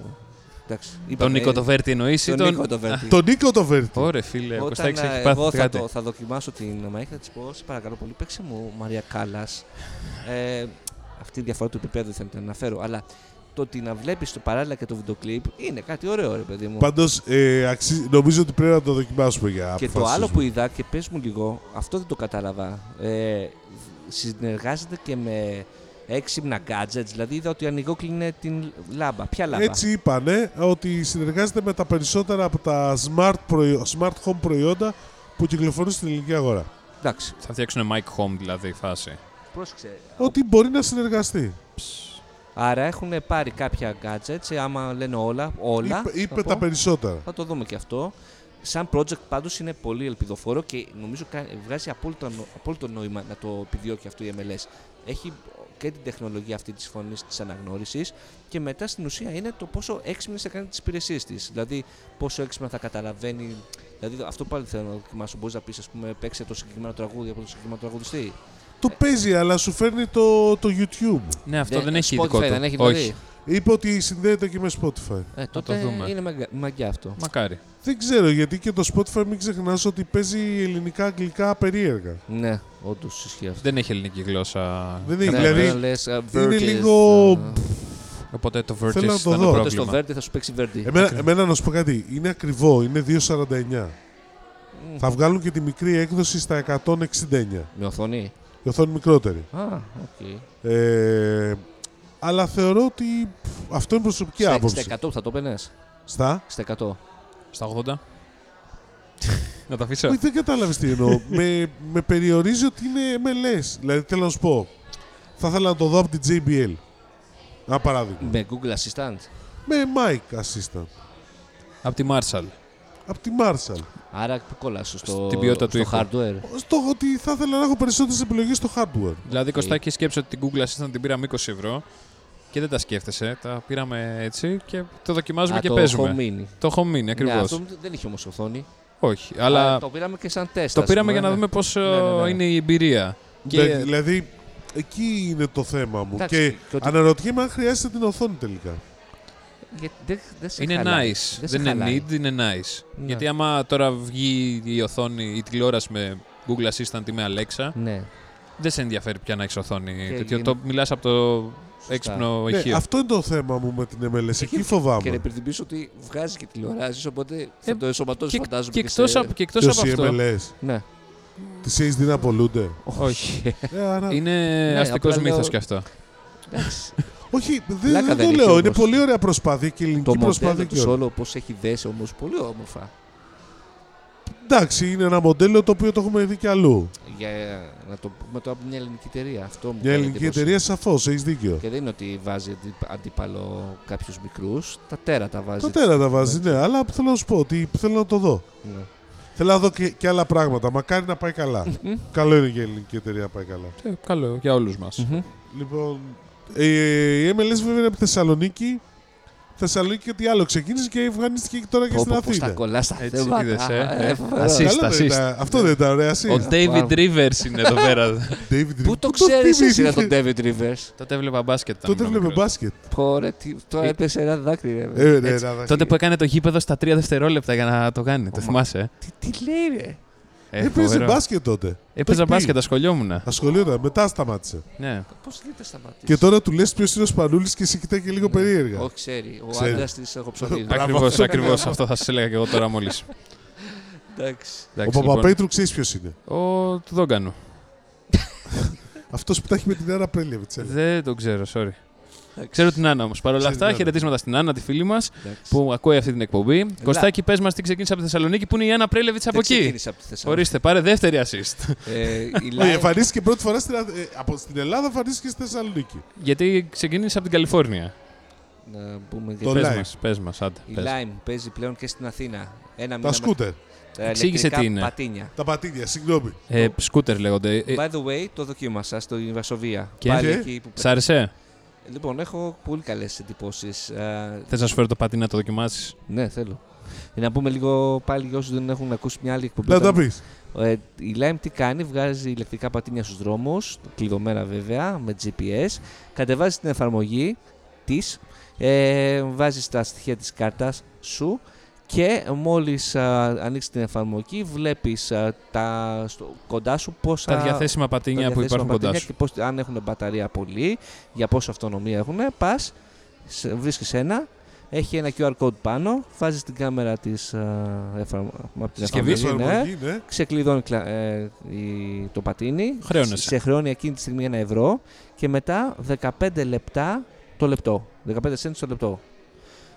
Εντάξει,
Τον
είπαμε,
Νίκο το
ε,
Verdi εννοείς ή
Τον Νίκο
τον...
το Βέρτι.
Το Νίκο το Βέρτι.
Ωρε φίλε, ο
Όταν
Κωστάκης
ε,
έχει
εγώ
πάθει
θα, το,
κάτι.
θα δοκιμάσω την Μαϊκά, θα της πω, σε παρακαλώ πολύ, παίξε μου Μαρία Κάλλας. Ε, αυτή η διαφορά του επίπεδου θα την αναφέρω, αλλά το ότι να βλέπεις το παράλληλα και το βίντεο κλιπ είναι κάτι ωραίο ρε παιδί μου.
Πάντως ε, νομίζω ότι πρέπει να το δοκιμάσουμε για να
και το
αποφασίσουμε.
άλλο που είδα και πες μου λίγο, αυτό δεν το κατάλαβα, ε, συνεργάζεται και με έξυπνα gadgets, δηλαδή είδα ότι ανοιγό κλείνε την λάμπα. Ποια λάμπα?
Έτσι είπανε ε, ότι συνεργάζεται με τα περισσότερα από τα smart, προϊ- smart home προϊόντα που κυκλοφορούν στην ελληνική αγορά.
Εντάξει,
Θα φτιάξουν Mike Home δηλαδή η φάση.
πρόσεξε.
Ότι μπορεί να συνεργαστεί.
Άρα έχουν πάρει κάποια gadgets, ε, άμα λένε όλα, όλα
είπε είπε
θα
τα
πω. Ε,
περισσότερα.
Θα το δούμε και αυτό. Σαν project πάντως είναι πολύ ελπιδοφόρο και νομίζω κα- βγάζει απόλυτο, νο- απόλυτο νόημα να το επιδιώκει αυτό η MLS. Έχει και την τεχνολογία αυτή της φωνής της αναγνώρισης και μετά στην ουσία είναι το πόσο έξυπνη θα κάνει τις υπηρεσίες της. Δηλαδή πόσο έξυπνα θα καταλαβαίνει... Δηλαδή αυτό πάλι θέλω να δοκιμάσω. Μπορείς να πεις ας πούμε παίξε το συγκεκριμένο τραγούδι από το συγκεκριμένο τραγουδιστή.
Το
ε,
παίζει, αλλά σου φέρνει το, το YouTube.
Ναι, αυτό δεν, έχει
Spotify
δικό του.
δεν έχει
Όχι.
δηλαδή.
Είπε ότι συνδέεται και με Spotify.
Ε,
το
τότε
δούμε.
είναι μαγκα- μαγιά αυτό.
Μακάρι.
Δεν ξέρω γιατί και το Spotify μην ξεχνάς ότι παίζει ελληνικά-αγγλικά περίεργα.
Ναι, όντως ισχύει αυτό.
Δεν έχει ελληνική γλώσσα.
Δεν έχει,
Ναι,
δηλαδή,
ναι, λες, α,
είναι
Virgis,
λίγο-
α,
Οπότε το Vertis
Θέλω να
ήταν
το
το,
δω.
Τότε στο
πρόβλημα.
Verdi θα σου παίξει Verdi.
Εμένα, εμένα να σου πω κάτι, είναι ακριβό, είναι 2,49.
Μμ.
Θα βγάλουν και τη μικρή έκδοση στα 169.
Με οθονή.
Η οθόνη μικρότερη.
Α, οκ.
Ε, αλλά θεωρώ ότι πφ, αυτό είναι προσωπική
Στα-
άποψη.
Στα 100 που θα το παίρνε.
Στα.
Στα 100.
Στα 80. να τα αφήσω.
Όχι, δεν κατάλαβες τι εννοώ. με, με περιορίζει ότι είναι MLS. Δηλαδή θέλω να σου πω. Θα ήθελα να το δω από την JBL. Ένα παράδειγμα.
Με Google Assistant.
Με mic assistant.
Από τη Marshall.
Από τη Marshall.
Άρα κολλάσου στο,
Στην ποιότητα του
στο
ήχου.
hardware.
Στο ότι θα ήθελα να έχω περισσότερες επιλογές στο hardware.
Δηλαδή, Κωστάκη, σκέψε ότι την Google Assistant την πήραμε 20 ευρώ και δεν τα σκέφτεσαι. Τα πήραμε έτσι και το δοκιμάζουμε
Α,
και
το
παίζουμε.
home mini.
Το home mini, ακριβώ.
Ναι, αυτό δεν είχε όμω οθόνη.
Όχι, αλλά
Α, το πήραμε και σαν τεστ.
το
ας
πήραμε
πούμε,
για να
ναι.
δούμε πώ
ναι, ναι.
είναι η εμπειρία.
Δε-
Και
Δηλαδή, εκεί είναι το θέμα μου.
Εντάξει,
και
και ότι-
αναρωτιέμαι αν χρειάζεται την οθόνη τελικά.
Ε, Γιατί δεν- δεν σε
είναι
χαλάει.
nice.
Δεν σε
Δεν είναι
χαλάει.
need, είναι nice.
Ναι.
Γιατί άμα τώρα βγει η οθόνη, η τηλεόραση με Google Assistant ή με Alexa,
Ναι.
δεν σε ενδιαφέρει πια να έχεις οθόνη.
Και
τέτοιο.
γίνει-
Το μιλάς από το έξυπνο
Ναι,
ηχείο.
αυτό είναι το θέμα μου με την MLS. Εκεί
Και
φοβάμαι.
να υπενθυμίσω ότι βγάζει και τηλεοράζει, οπότε θα
Ε,
το ενσωματώσει,
Και,
φαντάζομαι.
και
σε-
εκτό από, και εκτός
Ποιο
από
οι
αυτό.
MLS.
Ναι.
Τις έχεις δει να απολούνται.
Όχι.
Ε, άρα...
Είναι
Ναι,
αστικό
απλά λέω-
μύθος κι αυτό.
Εντάξει.
Όχι, δεν,
Πλάκα
δεν
δεν
το
έχει
λέω. Είναι
όμως.
πολύ ωραία προσπάθεια και
Το
ελληνική προσπάθεια
μοντέλο
και
του
όλα.
όλο πώς έχει δέσει όμως πολύ όμορφα.
Εντάξει, είναι ένα μοντέλο το οποίο το έχουμε δει και αλλού.
Ε, Για να το πούμε τώρα από μια ελληνική εταιρεία. Αυτό μου
Μια
κάνει
ελληνική
εντύπωση.
εταιρεία σαφώς, έχεις δίκιο.
Και δεν είναι ότι βάζει αντι- αντίπαλο κάποιους μικρούς. Τα τέρατα βάζει.
Τα τέρατα βάζει, ναι, αλλά θέλω να σου πω ότι θέλω να το δω.
Ναι.
Θέλω να δω και, και άλλα πράγματα. Μακάρι να πάει καλά. Καλό είναι και η ελληνική εταιρεία να πάει καλά.
Ε, Καλό για όλους μας.
Λοιπόν, ε, η MLS βέβαια είναι από τη Θεσσαλονίκη. Θεσσαλονίκη και τι άλλο. Ξεκίνησε και εμφανίστηκε και τώρα και
Πω,
στην
πω, Πώς
Αθήνα.
τα κολλά στα
Έτσι
θέματα.
είδες, ε.
Ε,
Ε,
φοβερό.
assist,
Καλά δεν
assist.
ήταν. ναι. Αυτό δεν ήταν ωραίο.
Ο
assist.
David
Wow.
Rivers είναι εδώ πέρα.
David
Πού
Reed.
το ξέρεις εσύ
θυμήθηκες?
να τον David Rivers.
Τότε έβλεπα μπάσκετ. όταν
Τότε
ήμουν
βλέπε
μικρός.
μπάσκετ.
Πω, ρε, τι- το
Ε,
έπεσε ένα δάκρυ. ρε,
Ε, ναι,
Έτσι.
να δω.
Τότε που έκανε το γήπεδο στα τρία δευτερόλεπτα για να το κάνει. Το
Ωμα.
θυμάσαι. ε?
Τι, τι λέει, ρε.
Ε,
Έπαιζε
φοβερό. Ε,
μπάσκετ τότε.
Έπαιζα
Το
μπάσκετ, ασχολιόμουν.
Ασχολιόταν, μετά σταμάτησε.
Ναι.
Πώς γίνεται σταματήσει.
Και τώρα του λες ποιος είναι ο Σπανούλης και σε κοιτάει και λίγο περίεργα.
Ναι. Όχι, ξέρει. Ο
Ξέρει.
άντρας της Αγοψονίδη.
Μπράβο.
Ακριβώ, ακριβώς αυτό θα σα έλεγα και εγώ τώρα μόλις.
Εντάξει. λοιπόν.
ο Παπαπέτρου ξέρεις ποιος είναι.
Ο του Δόγκανου.
Αυτός που τα έχει με την Άρα Πρέλεβιτ.
Δεν τον ξέρω, sorry. Ξέρω την Άννα όμως. Παρ' όλα
Ξέρει την
αυτά,
Άννα.
χαιρετίσματα στην Άννα, τη φίλη μας
Εντάξει.
που ακούει αυτή την εκπομπή. Κωστάκι, πες μας τι ξεκίνησε από τη Θεσσαλονίκη που είναι η Άννα Πρέλεβιτ από
Δεν
εκεί.
ξεκίνησε από τη Θεσσαλονίκη.
Ορίστε, πάρε δεύτερη assist.
Ε, η Λάι-
Όχι, εμφανίστηκε πρώτη
Ναι,
φορά στην, Α- ε, από, στην Ελλάδα, εμφανίστηκε στη Θεσσαλονίκη.
Γιατί ξεκίνησε από την Καλιφόρνια.
Να πούμε και
Το
Πες
Lime.
μας, πες μας, άντε.
Η
πες.
Lime παίζει πλέον και στην Αθήνα. Ένα μήνα
Τα
με-
σκούτερ.
τα
Εξήγησε
ηλεκτρικά
τι είναι.
Πατίνια.
Τα πατίνια,
Ναι,
συγγνώμη.
Ε, σκούτερ λέγονται. Ε,
By the way, το δοκίμασα στο Βασοβία.
Και?
Και?
Πάλι εκεί που
σ' άρεσε.
Λοιπόν, έχω πολύ καλές εντυπώσεις.
Θες να σου φέρω το πατίνι να το δοκιμάσεις.
Ναι, θέλω. Ε, Να πούμε λίγο πάλι για όσους δεν έχουν ακούσει μια άλλη εκπομπή.
Να τα πεις.
Ε, η Lime τι κάνει, βγάζει ηλεκτρικά πατίνια στους δρόμους, κλειδωμένα βέβαια, με GPS, κατεβάζει την εφαρμογή της, ε, βάζεις τα στοιχεία της κάρτας σου και μόλις α, ανοίξεις την εφαρμογή βλέπεις α, τα, στο, κοντά σου πόσα...
Τα διαθέσιμα
τα
πατίνια που
διαθέσιμα
υπάρχουν κοντά
πατίνια
σου.
Και πώς, αν έχουν μπαταρία πολύ, για πόση αυτονομία έχουν, πας, σε- βρίσκεις ένα, έχει ένα QR code πάνω, βάζεις την κάμερα της, α, εφαρμο- από την
Συσκευής.
εφαρμογή, ναι
Εφαρμογή, ναι.
ξεκλειδώνει κλα- ε, η- το πατίνι.
Χρέωνεσαι.
Σε χρεώνει εκείνη τη στιγμή ένα ευρώ και μετά 15 λεπτά το λεπτό. 15 cents το λεπτό.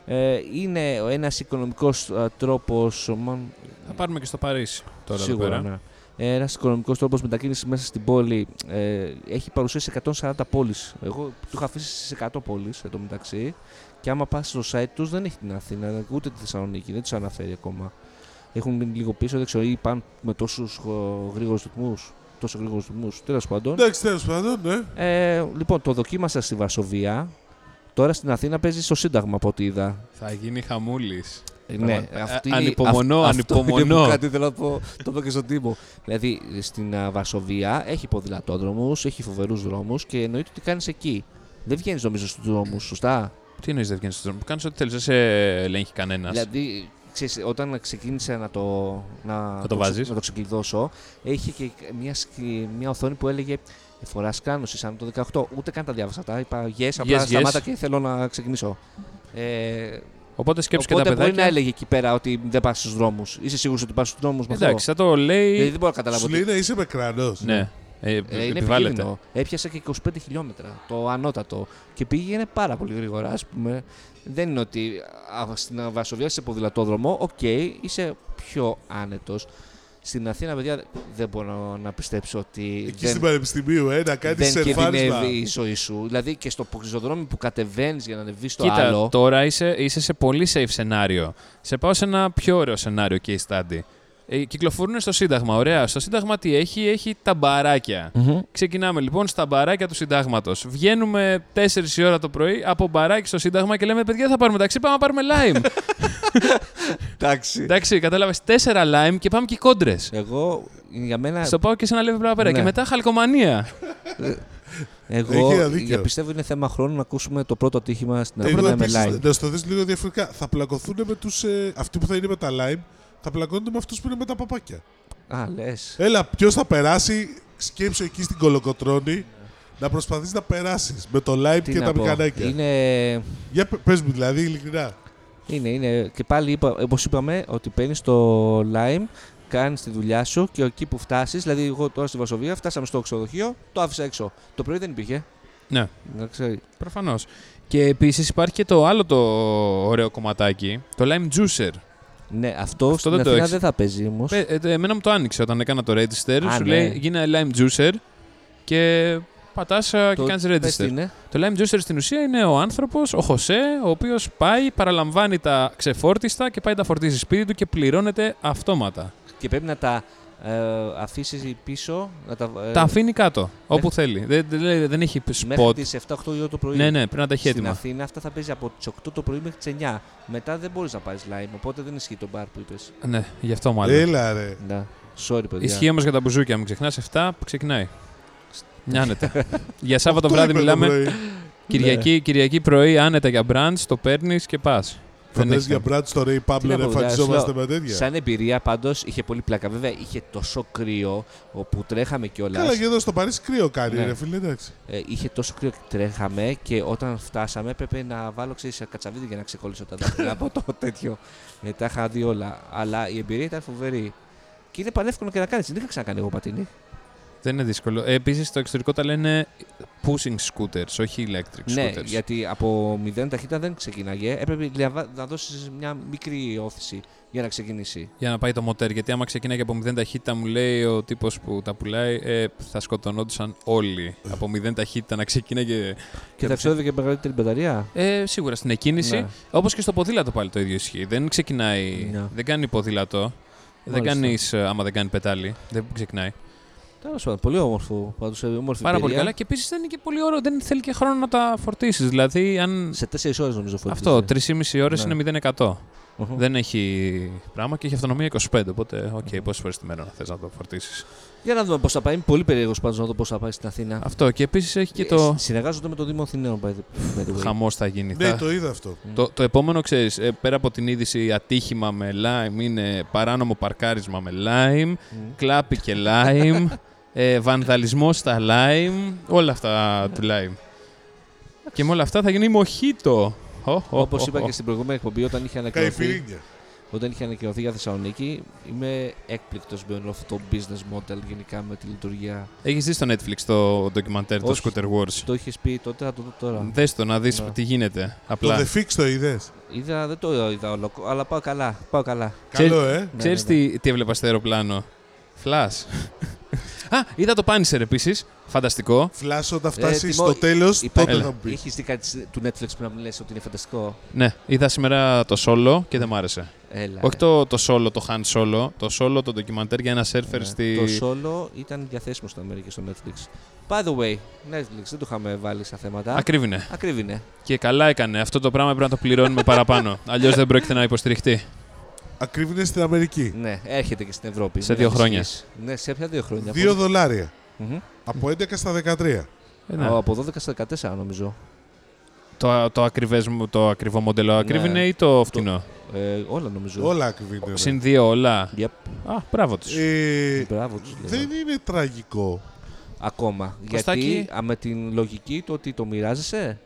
Ε, είναι ένας οικονομικός ε, τρόπος... μαν-
Θα πάρουμε και στο Παρίσι τώρα εδώ
σίγουρα,
πέρα.
ναι. Ε, ένας οικονομικός τρόπος μετακίνησης μέσα στην πόλη. Ε, έχει παρουσία σε 140 πόλεις. Εγώ του είχα αφήσει στις 100 πόλεις εδώ μεταξύ. Και άμα πας στο site τους δεν έχει την Αθήνα, ούτε τη Θεσσαλονίκη. Δεν τους αναφέρει ακόμα. Έχουν μείνει λίγο πίσω, δεν ξέρω, ή πάνε με τόσους ε, γρήγορους ρυθμούς. Τόσο γρήγορους ρυθμούς. Τέλος πάντων.
Εντάξει, τέλος πάντων, ναι.
Ε, λοιπόν, το δοκίμασα στη Βασοβία. Τώρα στην Αθήνα παίζεις στο Σύνταγμα από ό,τι είδα.
Θα γίνει χαμούλης.
Ε, Ναι,
Α,
αυτή,
α, ανυπομονώ,
αυ- αυτό
ανυπομονώ.
είναι που κάτι θέλω να πω, το είπα και στον Τίμο. Δηλαδή στην α, Βασοβία έχει ποδηλατόδρομους, έχει φοβερούς δρόμους και εννοείται ότι κάνεις εκεί. Δεν βγαίνεις νομίζω στους δρόμους, σωστά.
Τι εννοείς δεν βγαίνεις στον δρόμο. Κάνεις ό,τι θέλεις, δεν σε ελέγχει κανένας.
Δηλαδή, ξέρεις, όταν ξεκίνησα να το, να,
το
ξε-
βάζεις.
να το ξεκλειδώσω, είχε και μια, σκη- μια οθόνη που έλεγε «Ε, Φορά κράνωση σαν το 18. Ούτε καν τα διάβασα. Τα είπα yes, απλά
Yes, yes.
σταμάτα και θέλω να ξεκινήσω. Ε,
Οπότε σκέψου και τα
οπότε μπορεί να
παιδάκια.
έλεγε εκεί πέρα ότι δεν πας στους δρόμους. Είσαι σίγουρος ότι πας στους δρόμους με αυτό.
Εντάξει, θα το
Δηλαδή
Ε,
λέει...
δεν μπορώ να καταλάβω.
Σου
τι-
λέει να είσαι με κρανό.
Ε, Ναι, ε,
Ε, είναι
επιβάλλεται.
επικίνδυνο. Έπιασα και 25 χιλιόμετρα το ανώτατο και πήγαινε πάρα πολύ γρήγορα. Ας πούμε. Δεν είναι ότι α, στην Βασοβιά σε ποδηλατόδρομο, οκ, είσαι πιο άνετος. Στην Αθήνα, παιδιά, δεν μπορώ να πιστέψω ότι.
Εκεί
δεν...
στην Πανεπιστημίου, ε, να κάνεις
δεν
σερφάρισμα.
κινδυνεύει η ζωή σου. Δηλαδή και στο ξοδρόμι που κατεβαίνεις για να ανεβείς στο
Κοίτα,
άλλο.
τώρα είσαι, είσαι σε πολύ safe σενάριο. Σε πάω σε ένα πιο ωραίο σενάριο case study. Ε, κυκλοφορούν στο Σύνταγμα, ωραία. Στο Σύνταγμα τι έχει, έχει τα μπαράκια.
Μμμ.
Ξεκινάμε λοιπόν στα μπαράκια του Συντάγματος. Βγαίνουμε 4 η ώρα το πρωί από μπαράκι στο Σύνταγμα και λέμε: Παιδιά, θα πάρουμε ταξί, πάμε να πάρουμε lime.
Εντάξει.
Εντάξει, κατάλαβες 4 lime και πάμε και κόντρες.
Εγώ, για μένα,
Στο πάω και σε ένα level πράγμα πέρα.
Ναι.
Και μετά χαλκομανία.
Έχει ένα
εγώ
δίκιο.
για πιστεύω είναι θέμα χρόνου να ακούσουμε το πρώτο ατύχημα στην
Εγώ
Αθήνα με
επίσης,
live.
Ε, να στο δεις λίγο διαφορετικά. Θα πλακωθούν με τους... Ε, αυτοί που θα είναι με τα lime, θα πλακώνονται με αυτούς που είναι με τα παπάκια.
Α, λες.
Έλα, ποιος θα περάσει, σκέψου εκεί στην κολοκοτρώνη, να προσπαθείς να περάσεις με το lime
Τι
και
να
τα
πω.
μηχανάκια.
Είναι,
Για πε- πες μου δηλαδή, ειλικρινά.
είναι, είναι. Και πάλι, είπα, όπως είπαμε, ότι παίρνεις το Lime, κάνεις τη δουλειά σου και εκεί που φτάσεις, δηλαδή εγώ τώρα στη Βασοβία φτάσαμε στο ξενοδοχείο, το άφησα έξω. Το πρωί δεν υπήρχε.
ναι.
Να ξέρει.
Προφανώς. Και επίσης υπάρχει και το άλλο το ωραίο κομματάκι, το lime juicer.
Ναι, αυτό, στην
δεν το
Αθήνα
έχεις.
δεν θα παίζει όμως.
Ε, ε, εμένα μου το άνοιξε όταν έκανα το register.
Α,
σου
ναι.
λέει γίνε lime juicer και πατάς και
Το-
κάνεις
Πες τι
register.
είναι.
Το lime juicer στην ουσία είναι ο άνθρωπος, ο Χωσέ, ο οποίος πάει, παραλαμβάνει τα ξεφόρτιστα και πάει τα φορτίζει σπίτι του και πληρώνεται αυτόματα.
Και πρέπει να τα ε, αφήσεις πίσω. Να τα, ε,
τα αφήνει κάτω, όπου
μέχρι-
θέλει. Δεν, δεν, λέει- δεν έχει
μέχρι
spot.
τις 7-8 η ώρα το πρωί.
Ναι, ναι, πρέπει να τα έχει
Στην
έτοιμα.
Αθήνα αυτά θα παίζει από τις 8 το πρωί μέχρι τις 9. Μετά δεν μπορείς να πάρεις lime, οπότε δεν ισχύει το μπαρ που είπες.
Ναι, γι' αυτό μάλλον.
Έλα ρε.
Ναι. Sorry, παιδιά.
Ισχύει όμως για τα μπουζούκια, μην ξεχνάς 7 που ξεκινάει. Άνετα. για Σάββατο
Αυτό
βράδυ
είπε το
μιλάμε.
πρωί.
Ναι.
Κυριακή, Κυριακή πρωί, άνετα για μπραντ, το παίρνεις και πας.
Φαντάζεσαι για μπράτ στο Ray Pablo
Τι
να
να πω, δηλαδή,
εμφανιζόμαστε
σου λέω,
με τέτοια.
Σαν εμπειρία πάντως είχε πολύ πλάκα. Βέβαια είχε τόσο κρύο όπου τρέχαμε κιόλας.
Καλά και εδώ στο Παρίσι κρύο κάνει
Ναι.
ρε φίλε, εντάξει.
Ε, είχε τόσο κρύο και τρέχαμε και όταν φτάσαμε έπρεπε να βάλω ξέρεις, κατσαβίδι για να ξεκολλήσω τα δάχτυλα από το τέτοιο. Ε, τα είχα δει όλα. Αλλά η εμπειρία ήταν φοβερή. Και είναι πανεύκολο και να κάνεις. Δεν είχα ξανακάνει εγώ πατίνι.
Δεν είναι δύσκολο. Ε, Επίσης, στο εξωτερικό τα λένε pushing scooters, όχι electric
Ναι,
scooters.
γιατί από 0 ταχύτητα δεν ξεκίναγε. Έπρεπε λαβα- να δώσεις μια μικρή όθηση για να ξεκινήσει.
Για να πάει το μοτέρ. Γιατί άμα ξεκινάει και από 0 ταχύτητα, μου λέει ο τύπος που τα πουλάει, ε, θα σκοτωνόντουσαν όλοι. από 0 ταχύτητα να ξεκινάει και.
Και θα εξόδευε και μεγαλύτερη μπαταρία.
Ε, σίγουρα στην εκκίνηση.
Ναι.
Όπως και στο ποδήλατο πάλι το ίδιο ισχύει. Δεν ξεκινάει.
Ναι.
Δεν κάνει ποδήλατο. Δεν
Μάλιστα.
κάνεις άμα δεν κάνει πετάλι. Δεν ξεκινάει.
Τέλος πάντων, πολύ όμορφο. Πάντως, ε, όμορφη
Πάρα πολύ
εμπειρία.
καλά. Και επίσης δεν είναι και πολύ ώρα. Δεν θέλει και χρόνο να τα φορτίσεις. Δηλαδή, αν.
Σε 4 ώρες νομίζω φορτίζεις.
Αυτό, 3,5 ώρε
ε. Ναι.
είναι 0%.
Οχο.
Δεν έχει πράγμα και έχει αυτονομία 25. Οπότε, οκ, okay, πόσες φορές τη μέρα θες να το φορτίσεις.
Για να δούμε πώς θα πάει. Είμαι πολύ περίεργος πάντως να δω πώς θα πάει στην Αθήνα.
Αυτό και επίσης έχει και
Ε,
το.
συ- Συνεργάζονται με το Δήμο Αθηναίων, by the by the way.
Χαμός θα γίνει.
Ναι,
θα-
το είδα αυτό.
Το, το επόμενο, ξέρεις, πέρα από την είδηση ατύχημα με lime, είναι παράνομο παρκάρισμα με lime, κλάπη και lime, ε, βανδαλισμό στα lime, όλα αυτά του lime. και με όλα αυτά θα γίνει μοχίτο.
Όπω είπα και στην προηγούμενη εκπομπή, όταν είχε ανακοινωθεί,
Καϊφυρίνια.
όταν είχε ανακοινωθεί για Θεσσαλονίκη, είμαι έκπληκτος με όλο αυτό το business model γενικά με τη λειτουργία.
Έχεις δει στο Netflix το ντοκιμαντέρ, το
Όχι.
Scooter Wars.
Το είχε πει τότε, θα το δω τώρα.
Δες το να δεις
Ναι.
τι γίνεται.
Το
Απλά.
The Fix το είδες.
Είδα, δεν το είδα όλο, αλλά πάω καλά. Πάω καλά.
Ξέρεις-
Καλό, ε.
Ναι,
Ξέρεις
ναι, ναι.
Τι, τι έβλεπα στο αεροπλάνο. Φλάς. Α, είδα το Punisher επίσης. Φανταστικό.
Φλάσο όταν φτάσει
Τιμώ,
στο τέλος,
Υπάρχει-
τότε
Έλα.
θα μου πει.
Έχεις δει κάτι του Netflix που να μου λες ότι είναι φανταστικό.
Ναι, είδα σήμερα το solo και δεν μ' άρεσε.
Έλα.
Όχι το, το solo, το Han Solo. Το solo, το ντοκιμαντέρ για ένα σερφερ
Ναι.
στη.
Το solo ήταν διαθέσιμο στην Αμερική στο Netflix. By the way, Netflix δεν το είχαμε βάλει στα θέματα.
Ακρίβηνε.
Ακρίβεινε.
ναι. Και καλά έκανε. Αυτό το πράγμα πρέπει να το πληρώνουμε παραπάνω. Αλλιώς δεν πρόκειται να υποστηριχτεί.
Ακρίβεινε στην Αμερική.
Ναι, έρχεται και στην Ευρώπη.
Σε
Μην
δύο χρόνια.
ανησυχείς. Ναι, σε ποια δύο χρόνια.
2 δολάρια.
Μμμ.
Από 11 στα 13.
Ε, ναι.
Α, Από 12 στα 14 νομίζω.
Το, το, ακριβές μου- το ακριβό μοντέλο
Ναι.
ακρίβηνε ή το φτηνό.
Ε, όλα νομίζω.
Όλα ακρίβεινε. ρε.
Συν δύο όλα.
Yep.
Α, μπράβο τους.
Ε,
Μπράβο τους. λέω.
δεν είναι τραγικό.
Ακόμα.
Κωστάκη.
Γιατί α, με την λογική το ότι το μοιράζεσαι.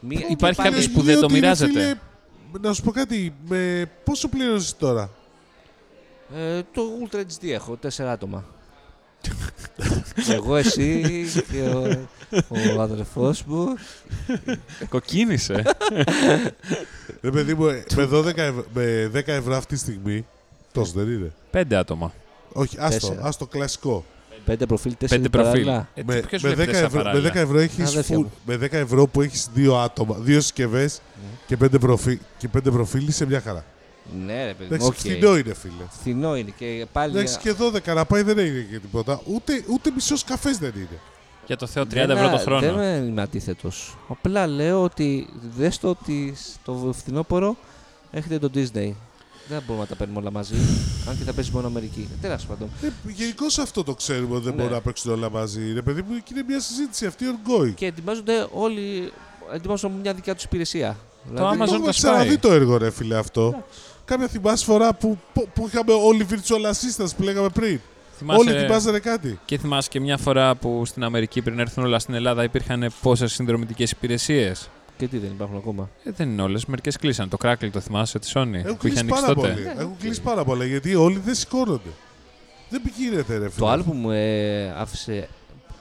Μία...
Υπάρχει
υπάρχει-
κάποιος
Λες,
που δεν
λέει
το
ότι είναι,
μοιράζεται.
φίλε, Να σου πω κάτι. Με πόσο πλήρωσε τώρα.
Ε, το Ultra HD έχω, τέσσερα άτομα. Εγώ, εσύ και ο, ο αδερφός μου. Ε,
Κοκκίνησε.
Ρε παιδί μου, ε, με, 12 ευ- με 10 ευρώ αυτή τη στιγμή. Τόσο δεν είναι.
Πέντε άτομα.
Όχι, άστο,
Τέσσερα.
άστο κλασικό.
Πέντε προφίλ, τέσσερα
Πέντε προφίλ.
παράλληλα.
Ε,
με,
ποιος
με,
βλέπεις
10
τέσσερα
ευρώ, με
παράλληλα?
10 ευρώ έχεις
Αδέρφια
full-
μου.
με 10 ευρώ που έχεις δύο άτομα, δύο συσκευές
Ναι.
και πέντε, προφίλ, και πέντε προφίλ είσαι μια χαρά.
Ναι, ρε παιδί μου.
Εντάξει,
οκ.
φθηνό είναι, φίλε.
Φθηνό είναι και πάλι.
Εντάξει, και 12 να πάει δεν έγινε και τίποτα. Ούτε, ούτε μισός καφές δεν είναι.
Για το Θεό, 30
Δεν
ευρώ
α-
το χρόνο.
Δεν είμαι αντίθετος. Απλά λέω ότι δες το ότι στο φθινόπωρο έχετε το Disney. Δεν μπορούμε να τα παίρνουμε όλα μαζί. αν και θα παίζεις μόνο Αμερική. Τέλος πάντων.
Ε, Γενικώ αυτό το ξέρουμε ότι δεν
Ναι.
μπορούν να παίξουν όλα μαζί. Ρε παιδί μου, και είναι μια συζήτηση αυτή ongoing.
Και ετοιμάζονται όλοι. Ετοιμάζονται μια δικιά τους υπηρεσία. Δηλαδή,
Amazon
Το
τα
έχουμε
σπάει.
ξαναδεί το έργο, ρε φίλε αυτό. Κάποια θυμάσαι φορά που, που, που είχαμε όλοι virtual assistants που λέγαμε πριν.
Θυμάσαι-
Όλοι θυμάσανε κάτι.
Και θυμάσαι και μια φορά που στην Αμερική πριν έρθουν όλα στην Ελλάδα υπήρχαν πόσες συνδρομητικές υπηρεσίες.
Και τι δεν υπάρχουν ακόμα.
Ε, δεν είναι όλες, μερικές κλείσαν. Το Crackle το θυμάσαι τη Sony
Έχουν
Ε, που είχε
κλείσει
ανοίξει
πάρα
τότε.
πολύ. Έχουν κλείσει πάρα πολλά γιατί όλοι δεν σηκώνονται. Δεν πηγαίνεται, ρε φίλε.
Το άλλο που μου ε, άφησε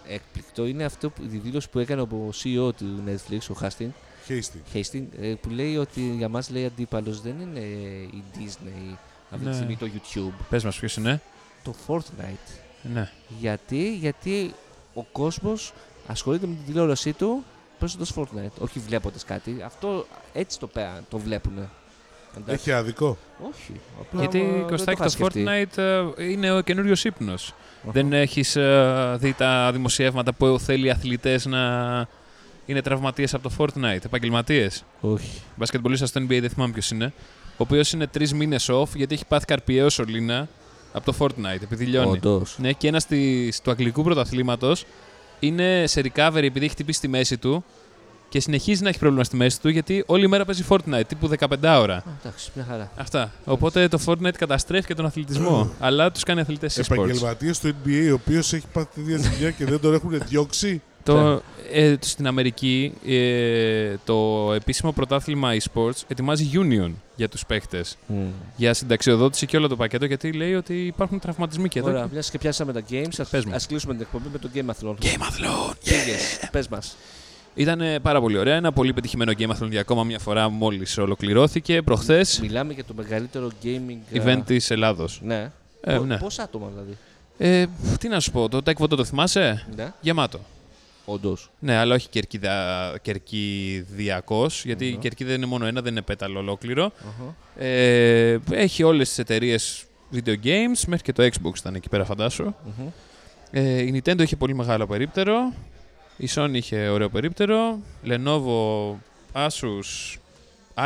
έκπληκτο είναι αυτό που, η δήλωση που έκανε ο CEO του Netflix, ο Hastings,
Hasty.
Χέιστιν, ε, που λέει ότι για μας λέει αντίπαλος δεν είναι ε, η Disney αυτή
Ναι.
τη στιγμή το YouTube,
Πες μας, ποιος είναι.
το Fortnite.
Ναι.
Γιατί, γιατί ο κόσμος ασχολείται με την τηλεόρασή του παίζοντας Fortnite, όχι βλέποντας κάτι. Αυτό έτσι το, πέρα, το βλέπουν.
Έχει άδικο.
Όχι. Απλά, ε,
Γιατί
δεν
Κωστάκη
είχα
το
σκεφτεί.
Fortnite ε, είναι ο καινούριος ύπνος.
Αχα.
Δεν έχεις δει τα δημοσιεύματα που θέλει οι αθλητές να είναι τραυματίες από το Fortnite, επαγγελματίες.
Όχι.
Μπασκετμπολίστας στο NBA, δεν θυμάμαι ποιος είναι. Ο οποίος είναι τρεις μήνες off γιατί έχει πάθει καρπιαίος σωλήνα από το Fortnite, επειδή λιώνει.
Όντως.
Ναι, και ένας του αγγλικού πρωταθλήματος είναι σε recovery επειδή έχει χτυπήσει τη μέση του και συνεχίζει να έχει πρόβλημα στη μέση του γιατί όλη μέρα παίζει Fortnite, τύπου 15 ώρα.
Α, εντάξει, μια χαρά.
Αυτά. Οπότε το Fortnite καταστρέφει και τον αθλητισμό, αλλά τους κάνει αθλητές e-sports.
Επαγγελματίε του NBA, ο οποίος έχει πάθει τη ζημιά και δεν τον έχουν διώξει.
Το, ε, στην Αμερική ε, το επίσημο πρωτάθλημα e-sports ετοιμάζει union για τους παίχτες. Για συνταξιοδότηση και όλο το πακέτο γιατί λέει ότι υπάρχουν τραυματισμοί και εδώ.
Ωραία, μιας και πιάσαμε τα games, ας,
Πες μου.
ας κλείσουμε την εκπομπή με το Game Athlon.
Game Athlon!
Πήγες, πες μας.
Ήταν ε, πάρα πολύ ωραία. Ένα πολύ πετυχημένο Game Athlon για ακόμα μια φορά μόλις ολοκληρώθηκε. Προχθές,
Μιλάμε για το μεγαλύτερο gaming... ε,
event της Ελλάδος.
Ναι.
Ε,
Πο-
ναι.
Πόσα άτομα δηλαδή.
Ε, τι να σου πω, το Taekwondo το θυμάσαι.
Ναι.
Γεμάτο.
Όντως.
Ναι, αλλά όχι κερκιδα... κερκιδιακός, γιατί η κερκίδα είναι μόνο ένα, δεν είναι πέταλο ολόκληρο.
Αχα.
Ε, έχει όλες τις εταιρείες video games, μέχρι και το Xbox ήταν εκεί πέρα φαντάσου.
Μμμ.
Ε, η Nintendo είχε πολύ μεγάλο περίπτερο, η Sony είχε ωραίο περίπτερο, Lenovo, Asus,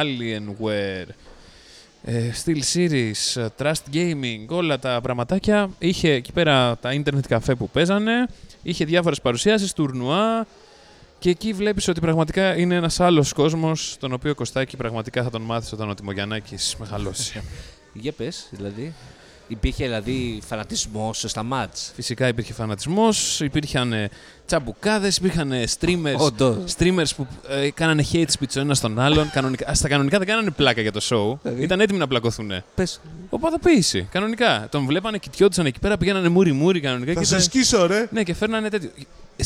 Alienware, ε, Steel Series, Trust Gaming, όλα τα πραγματάκια. Είχε εκεί πέρα τα ίντερνετ καφέ που παίζανε, είχε διάφορες παρουσιάσεις, τουρνουά και εκεί βλέπεις ότι πραγματικά είναι ένας άλλος κόσμος τον οποίο Κωστάκη πραγματικά θα τον μάθεις όταν ο Τιμογιαννάκης μεγαλώσει.
Για πες, δηλαδή. Υπήρχε δηλαδή φανατισμός στα μάτς.
Φυσικά υπήρχε φανατισμός, υπήρχαν ε, τσαμπουκάδες, υπήρχαν ε, streamers,
Όντως.
streamers που ε, κάνανε hate speech ο ένας τον άλλον. κανονικά, στα κανονικά δεν κάνανε πλάκα για το show.
Δηλαδή?
Ήταν έτοιμοι να πλακωθούν.
Πες.
Οπαδοποίηση, κανονικά. Τον βλέπανε, κοιτιόντουσαν εκεί πέρα, πηγαίνανε μουρι-μουρι κανονικά.
Θα
και
σε
ήταν-
σκίσω, ρε.
Ναι, και φέρνανε τέτοιο.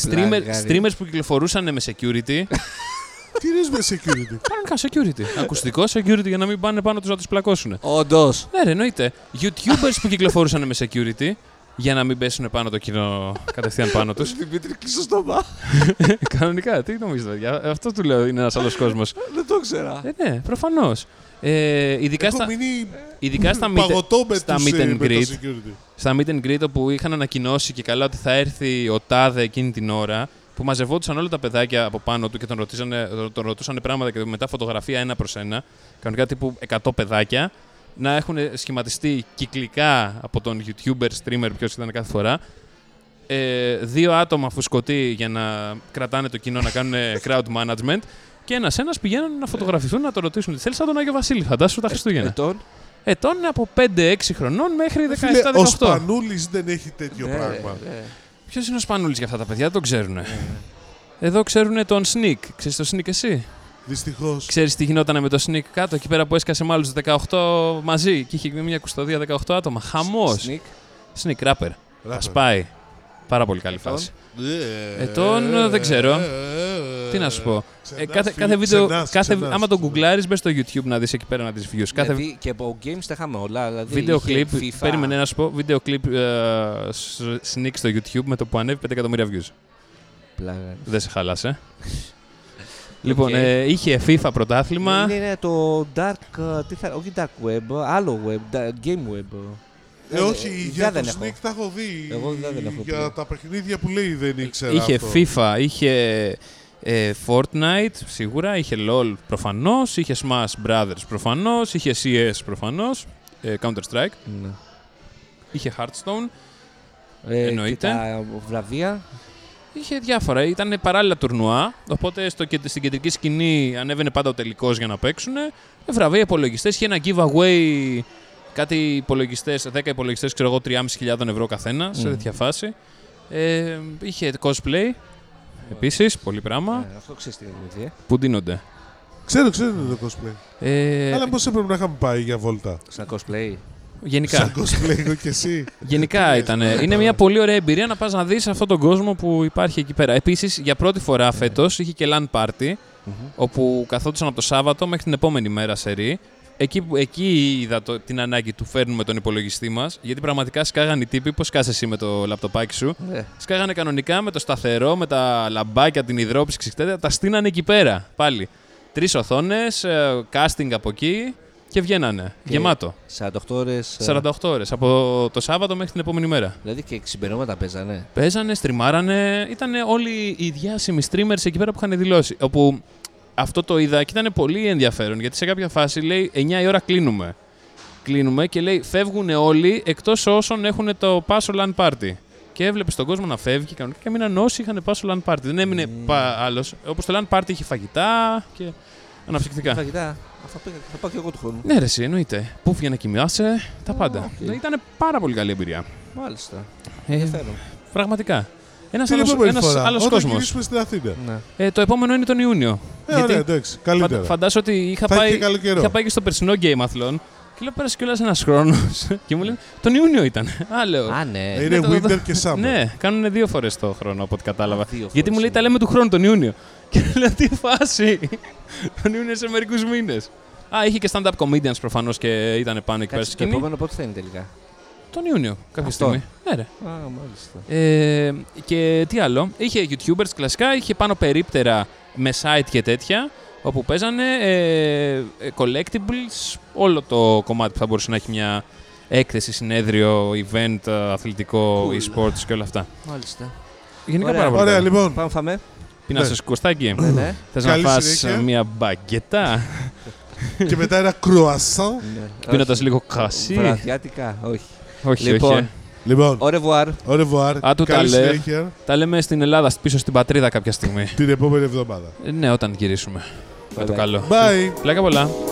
Streamer,
Πλάκα, ρε.
streamers που κυκλοφορούσαν ναι, με security.
Τι είναι με security.
Κανονικά security. Ακουστικό security για να μην πάνε πάνω τους να τους πλακώσουν.
Όντως.
Ναι, ρε, εννοείται. YouTubers που κυκλοφορούσαν με security για να μην πέσουν πάνω το κοινό κατευθείαν πάνω τους.
Δημήτρη, κλείσω στο μά.
Κανονικά, τι νομίζετε, παιδιά. Αυτό του λέω είναι ένας άλλος κόσμος.
Δεν το ξέρα.
ε, ναι, προφανώς. Ε, ειδικά,
Έχω
στα,
μείνει
ειδικά στα, meet,
παγωτό με
στα
τους,
meet
ε,
and
με τα
greet.
security.
στα meet and greet όπου είχαν ανακοινώσει και καλά ότι θα έρθει ο Τάδε εκείνη την ώρα που μαζευόντουσαν όλα τα παιδάκια από πάνω του και τον, ρωτήσανε, τον ρωτούσαν πράγματα και μετά φωτογραφία ένα προς ένα, κανονικά τύπου 100 παιδάκια, να έχουν σχηματιστεί κυκλικά από τον YouTuber, streamer, ποιος ήταν κάθε φορά, ε, δύο άτομα φουσκωτοί για να κρατάνε το κοινό, να κάνουν crowd management και ένας-ένας πηγαίνουν να φωτογραφηθούν, να το ρωτήσουν τι θέλεις, σαν τον Άγιο Βασίλη, φαντάσου τα
Ε,
Χριστούγεννα.
Ετών.
Ετών από 5-6 χρονών μέχρι
Φίλε,
17-18.
ο Σπανούλης δεν έχει τέτοιο
Ναι,
πράγμα.
ναι.
Ποιος είναι ο Σπανούλης για αυτά τα παιδιά, δεν τον ξέρουν. Εδώ ξέρουν τον Sneak. Ξέρεις τον Sneak εσύ.
Δυστυχώς.
Ξέρεις τι γινόταν με τον Sneak κάτω, εκεί πέρα που έσκασε μάλλον τους 18 μαζί και είχε μια κουστοδία 18 άτομα. Χαμός.
Sneak.
Sneak rapper.
Ράπερ.
Θα σπάει. Πάρα πολύ καλή
Ετών.
φάση.
Ε,
Ετών, ε, δεν ξέρω.
ε, ε,
Τι να σου πω.
Ξενάς,
Ε, κάθε,
φίλε,
κάθε βίντεο,
ξενάς,
κάθε,
ξενάς,
άμα τον
ξενάς.
γκουγκλάρεις, μπες στο YouTube να δεις εκεί πέρα να δει views. Κάθε
Δηλαδή, και από games τα είχαμε όλα. Δηλαδή,
βίντεο
είχε
κλιπ,
FIFA.
περίμενε να σου πω, βίντεο κλιπ ε, σ- Sneak στο YouTube με το που ανέβει 5 εκατομμύρια views.
Πλάκα.
Δεν σε χαλάσε. λοιπόν, ε, είχε FIFA πρωτάθλημα.
Είναι, είναι Ναι, το dark, ε, τι θα, όχι dark web, άλλο web, da- game web.
Ε, όχι, για
δεν
τον
έχω.
Sneak τα έχω δει.
Εγώ δεν την έχω
Για
πει.
τα παιχνίδια που λέει δεν ήξερα
είχε
αυτό.
FIFA, είχε ε, Fortnite σίγουρα, είχε LOL προφανώς, είχε Smash Brothers προφανώς, είχε CS προφανώς, ε, Counter-Strike,
Ναι.
είχε Hearthstone,
Ε,
Εννοείται.
Και τα βραβεία.
είχε διάφορα. Ήταν παράλληλα τουρνουά, οπότε στο, κεν- στην κεντρική σκηνή ανέβαινε πάντα ο τελικός για να παίξουν. Ε, Βραβεία υπολογιστές, είχε ένα giveaway κάτι υπολογιστές, 10 υπολογιστές, ξέρω εγώ, 3.500 ευρώ καθένα, σε
Μμμ.
τέτοια φάση. Ε, είχε cosplay, επίσης, πολύ πράγμα,
Ε, αυτό ξέρεις τι είναι. Δημήτρη, ε.
που δίνονται.
Ξέρω, ξέρω είναι το cosplay.
Ε,
Αλλά πώς έπρεπε να είχαμε πάει για βόλτα.
Σαν cosplay.
γενικά
Σαν cosplay εγώ και εσύ.
γενικά ήταν. Είναι μια πολύ ωραία εμπειρία να πας να δεις αυτόν τον κόσμο που υπάρχει εκεί πέρα. Επίσης, για πρώτη φορά φέτος είχε και LAN party, όπου καθόντουσαν από το Σάββατο μέχρι την επόμενη μέρα σε ρί. Εκεί, που- εκεί είδα το, την ανάγκη του φέρνουμε τον υπολογιστή μας, γιατί πραγματικά σκάγαν οι τύποι, πώς σκάσες εσύ με το λαπτοπάκι σου.
Ναι.
Σκάγανε κανονικά με το σταθερό, με τα λαμπάκια, την υδρόψυξη, τέτοια. Τα στείνανε εκεί πέρα πάλι. Τρεις οθόνες, casting από εκεί και βγαίνανε.
Και-
Γεμάτο.
48 ώρες. ε,
48 ώρες. Από το Σάββατο μέχρι την επόμενη μέρα.
Δηλαδή και ξυπερώματα παίζανε.
Παίζανε, στριμάρανε. Ήταν όλοι οι διάσημοι streamers εκεί πέρα που είχαν δηλώσει. Όπου αυτό το είδα και ήταν πολύ ενδιαφέρον γιατί σε κάποια φάση λέει 9 η ώρα κλείνουμε. Κλείνουμε και λέει φεύγουν όλοι εκτός όσων έχουν το πάσο LAN party. Και έβλεπες τον κόσμο να φεύγει κανονικά και μείναν όσοι είχαν πάσο LAN party. Δεν έμεινε
Ναι.
άλλος. Όπως το LAN party είχε φαγητά και αναψυκτικά.
Φαγητά. Αυτό πήγα- θα πάω και εγώ του χρόνου.
Ναι, ρε, εσύ, εννοείται. Πού βγαίνει να κοιμάσαι, τα πάντα. Ναι,
οκ.
Ήταν πάρα πολύ καλή εμπειρία.
Μάλιστα.
Ε,
Ενδιαφέρον.
Πραγματικά. Ένας
Την επόμενη φορά.
άλλος
Όταν
κόσμος.
γυρίσουμε στην Αθήνα.
Ναι.
Ε, το επόμενο είναι τον Ιούνιο.
Ε, ωραία, εντάξει. Καλύτερα.
φαν- φαντάζομαι ότι είχα
Θα είχε
πάει,
καλό καιρό.
είχα πάει και στο περσινό Game Athlon και λέω πέρασε κιόλας ένας χρόνος. και μου λένε τον Ιούνιο ήταν. Α, λέω.
Α, ναι.
Ε, Είναι
Ναι, το- το-
winter και summer.
ναι, κάνουν δύο φορές το χρόνο από ό,τι κατάλαβα.
Δύο φορές
Γιατί μου λέει
είναι.
τα λέμε του χρόνου τον Ιούνιο. Και λέω τι φάση. τον Ιούνιο σε μερικούς μήνες. Α, είχε και stand-up comedians προφανώς και ήταν πάνω εκεί πέρα στη
Κάτσε, το
σκηνή.
επόμενο πότε θα είναι τελικά.
Τον Ιούνιο, κάποια
Αυτό.
στιγμή. Ναι, ρε.
Α, μάλιστα.
Ε, και τι άλλο. Είχε YouTubers κλασικά, είχε πάνω περίπτερα με site και τέτοια, όπου παίζανε ε, ε, collectibles, όλο το κομμάτι που θα μπορούσε να έχει μια έκθεση, συνέδριο, event, ε, αθλητικό,
Cool.
e-sports και όλα αυτά.
Μάλιστα.
Γενικά
Ωραία.
πάρα πολύ.
Ωραία,
καλά.
λοιπόν.
Πάμε φάμε.
Πίνασες
Ναι.
κουστάκι.
Ναι, ναι.
Θες να
Καλή
φας
συνέχεια.
μια μπαγκετά,
και μετά ένα κρουασάν.
ναι.
πίνοντας
Όχι.
λίγο κρασί.
Βραδιάτικα, όχι.
Όχι, ε. όχι.
Λοιπόν.
Λοιπόν,
Au revoir.
au revoir.
Α, του τα
Καλή
λέω.
συνέχεια
Τα λέμε στην Ελλάδα, πίσω στην πατρίδα κάποια στιγμή.
την επόμενη εβδομάδα.
Ε, Ναι, όταν γυρίσουμε. Με το
Bye-bye.
καλό.
Bye.
Πλάκα πολλά.